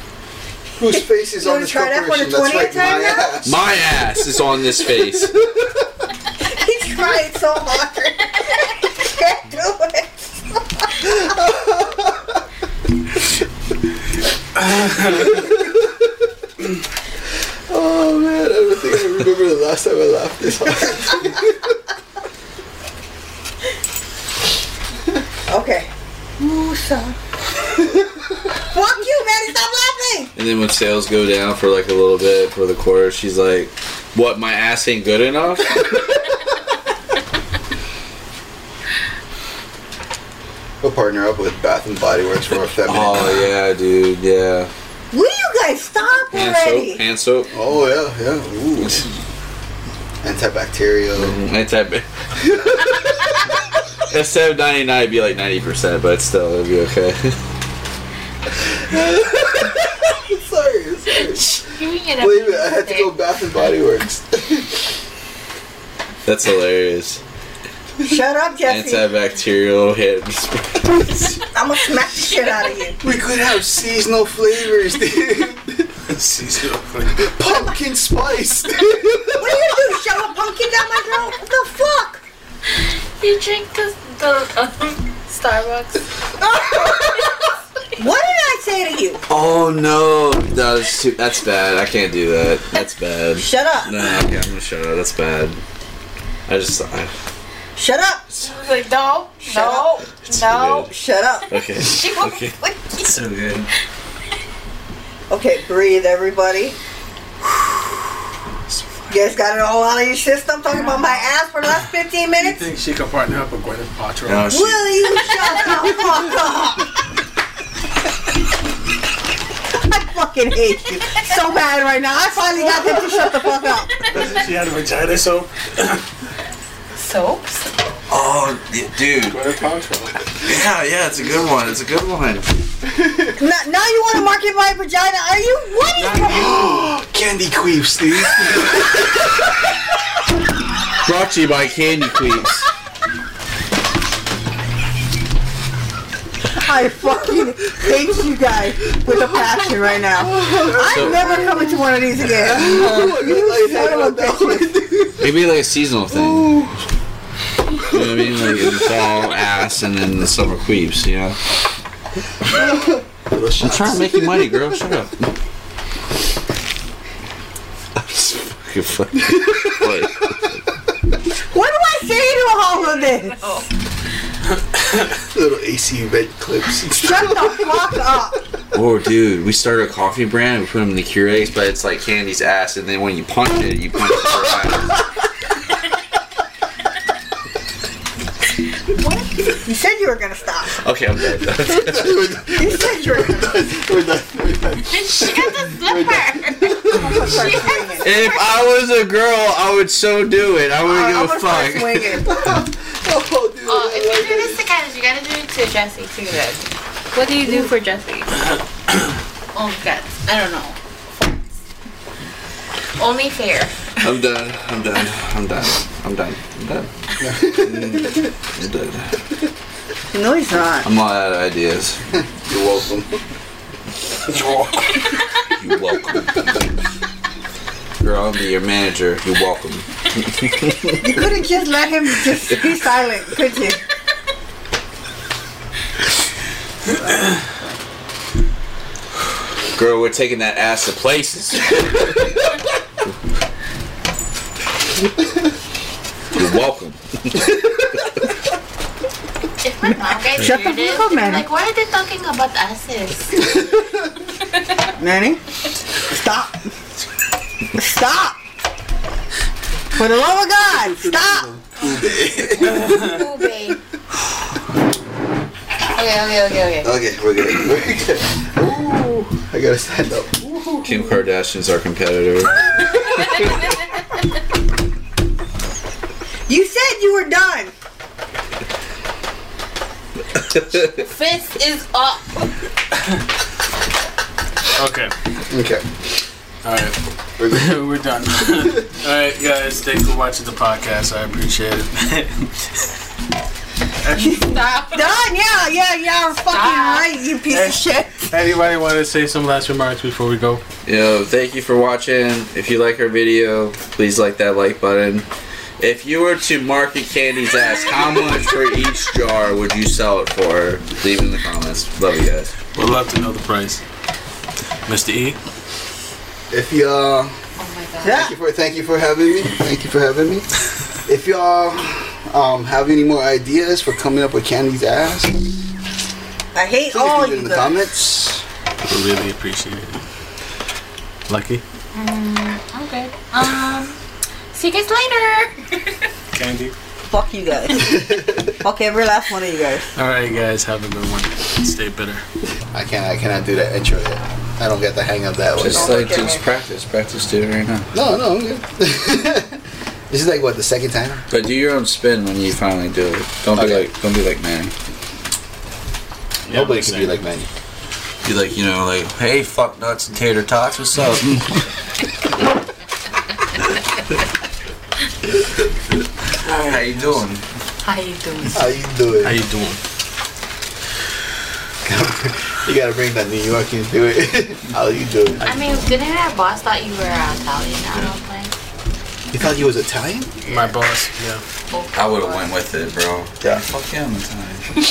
D: Whose face is
C: You
D: on
C: wanna
D: this
C: try that for the
D: corporation? That's right, my
C: 20th time now?
D: ass.
B: My ass is on this face.
C: He's trying so hard. Can't do it.
D: Oh man, I don't think I remember the last time I laughed this hard.
C: Okay. Ooh, son. Fuck you, Maddie, stop laughing!
B: And then when sales go down for like a little bit for the quarter, she's like, "What? My ass ain't good enough."
D: We'll partner up with Bath and Body Works for a
B: *laughs*
D: feminine.
B: oh yeah, dude. Yeah.
C: Will you guys stop
B: Hand soap.
C: already?
B: Hand soap.
D: Oh yeah, yeah. Ooh. antibacterial.
B: It's
C: *laughs*
B: that big. Instead of 99, it'd be like 90%, but still, it'd be okay. *laughs*
D: Sorry, sorry.
E: Doing it
D: Believe
E: every
D: it, I had to
E: day.
D: go Bath and Body Works. *laughs*
B: That's hilarious.
C: Shut up, Jesse.
B: Antibacterial hit.
C: I'm gonna smack the shit out of *laughs* you.
D: we could have seasonal flavors, *laughs* dude.
A: Seasonal.
D: Pumpkin spice.
C: What are you do? Shove a pumpkin down my throat? What the fuck?
E: You drink the, the um, Starbucks.
C: What did I say to you?
B: *laughs* oh no. No, that's, too, that's bad. I can't do that. That's bad.
C: Shut up.
B: No, okay, I'm gonna shut up. That's bad. I just. I,
C: Shut up.
E: She was like, no,
C: Shut
E: no, no.
C: Shut up.
B: okay.
E: She was
B: Okay.
E: like,
B: So good.
C: Okay, breathe, everybody. You guys got it all out of your system talking about my ass for the last 15
A: You
C: minutes?
A: think she could partner up with Gwyneth Paltrow?
B: No, she,
C: Will you shut the fuck up? *laughs* I fucking hate you so bad right now. I finally got them to shut the fuck up.
A: Doesn't she had a vagina soap?
E: soaps?
B: oh, y- dude.
A: Gwyneth Paltrow. *laughs*
B: Yeah, yeah, it's a good one. It's a good one.
C: Now, now you want to market my vagina? Are you? What is wrong?
D: Candy queefs, dude.
B: Brought to you by Candy Queefs.
C: I fucking hate you guys with a passion right now. I'm never coming to one of these again.
D: Like,
C: Son of a bitch.
B: Maybe like a seasonal thing. You know what I mean? Like in the fall, ass, and then the summer queeps, you know?
D: Little
B: I'm
D: shots.
B: trying to make you money, girl. Shut up. I'm just fucking fucking. What?
C: What do I say to all of this?
D: Little AC red clips.
C: Shut the fuck up.
B: Oh, dude, we started a coffee brand. We put them in the Keurigs, but it's like Candy's ass, and then when you punch it, you punch it for
C: You said you were gonna stop.
B: Okay, I'm done.
C: You said you were gonna stop.
D: We're done. We're done.
E: She had the slipper.
C: Start swinging.
B: if I was a girl, I would so do it. I
C: I'm
B: wouldn't
C: gonna
B: give
C: start
B: a fuck.
C: swinging.
D: Oh, dude.
E: Oh, if you do this to Candace, you gotta do it to Jesse too then. What do you do for *coughs* Jesse? oh god, I don't know. Only fair.
B: I'm done. I'm done. I'm done. I'm done. I'm done. I'm done.
C: No, he's not.
B: I'm all out of ideas.
D: You're welcome.
B: You're welcome. Girl, I'll be your manager. You're welcome.
C: You couldn't just let him just be silent, could you?
B: Girl, we're taking that ass to places. You're welcome.
E: If my mom gets
C: Shut the
E: hear this,
C: fuck up,
E: they'd be
C: man.
E: like, why are they talking about *laughs* asses?
C: Nanny, stop. Stop. For the love of God, stop.
E: Ooh, babe. Okay, okay, okay, okay.
D: Okay, we're good. We're good. Ooh, I gotta stand up.
B: Kim Kardashian's our competitor.
C: You said you were done.
E: Fist is up.
A: Okay.
D: Okay.
A: Alright. We're done. *laughs* Alright, guys. Thanks for watching the podcast. I appreciate it. *laughs*
E: Stop.
C: Done. Yeah, yeah, yeah. You're fucking
E: Stop.
C: right. You piece of shit.
A: Anybody want to say some last remarks before we go?
B: Yo, thank you for watching. If you like our video, please like that like button. If you were to market Candy's ass, how much for each jar would you sell it for? Leave it in the comments. Love you guys.
A: We'd love to know the price. Mr. E?
D: If y'all,
E: Oh my god.
C: Yeah.
D: thank you for thank you for having me. Thank you for having me. If y'all um, have any more ideas for coming up with Candy's ass, please
C: I hate
D: leave it
C: all Oh, you
D: in the
C: guys.
D: comments.
A: We really appreciate it. Lucky?
E: I'm good. Um, see you guys later.
A: Candy?
C: Fuck you guys. Fuck every last one of you guys.
A: Alright, guys. Have a good one. Stay bitter.
D: I can't I cannot do that intro yet. I don't get the hang of that one.
B: Just
C: Don't
B: like
C: look at
B: just
C: me.
B: practice, practice, do it right now.
D: No, no, I'm good. *laughs* This is like what the second time.
B: But do your own spin when you finally do it. Don't be
D: Okay.
B: like don't be like Manny.
G: Yeah,
D: Nobody
G: I'm
D: could
G: the
D: be
G: same.
D: like Manny.
B: Be like you know like hey fuck nuts and tater tots what's up? How you doing?
E: How you doing?
D: How you doing?
A: How you doing?
D: you gotta bring that New York into it. *laughs* How you doing?
E: I mean, didn't our boss thought you were uh, Italian? I don't think.
D: You thought he was Italian?
A: My boss. Yeah.
B: I would have went with it, bro.
D: Yeah.
B: Fuck yeah, I'm Italian.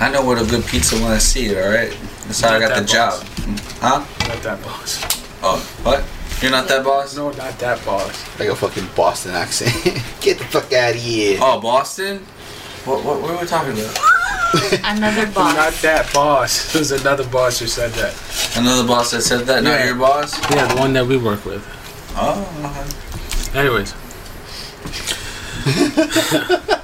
B: I know what a good pizza when I see it. All right, that's how I
A: Not
B: got the
A: that boss.
B: job. Huh?
A: Not that boss.
B: Oh, what? You're not that boss?
A: No, not that boss.
D: Like a fucking Boston accent. *laughs* Get the fuck out of here.
B: Oh, Boston? What, what, what are we talking about?
E: Another
A: Not
E: boss.
A: that boss. *laughs* There's another boss who said that.
B: Another boss that said that, not
A: Yeah.
B: your boss?
A: Yeah, the one that we work with.
B: Oh,
A: Anyways.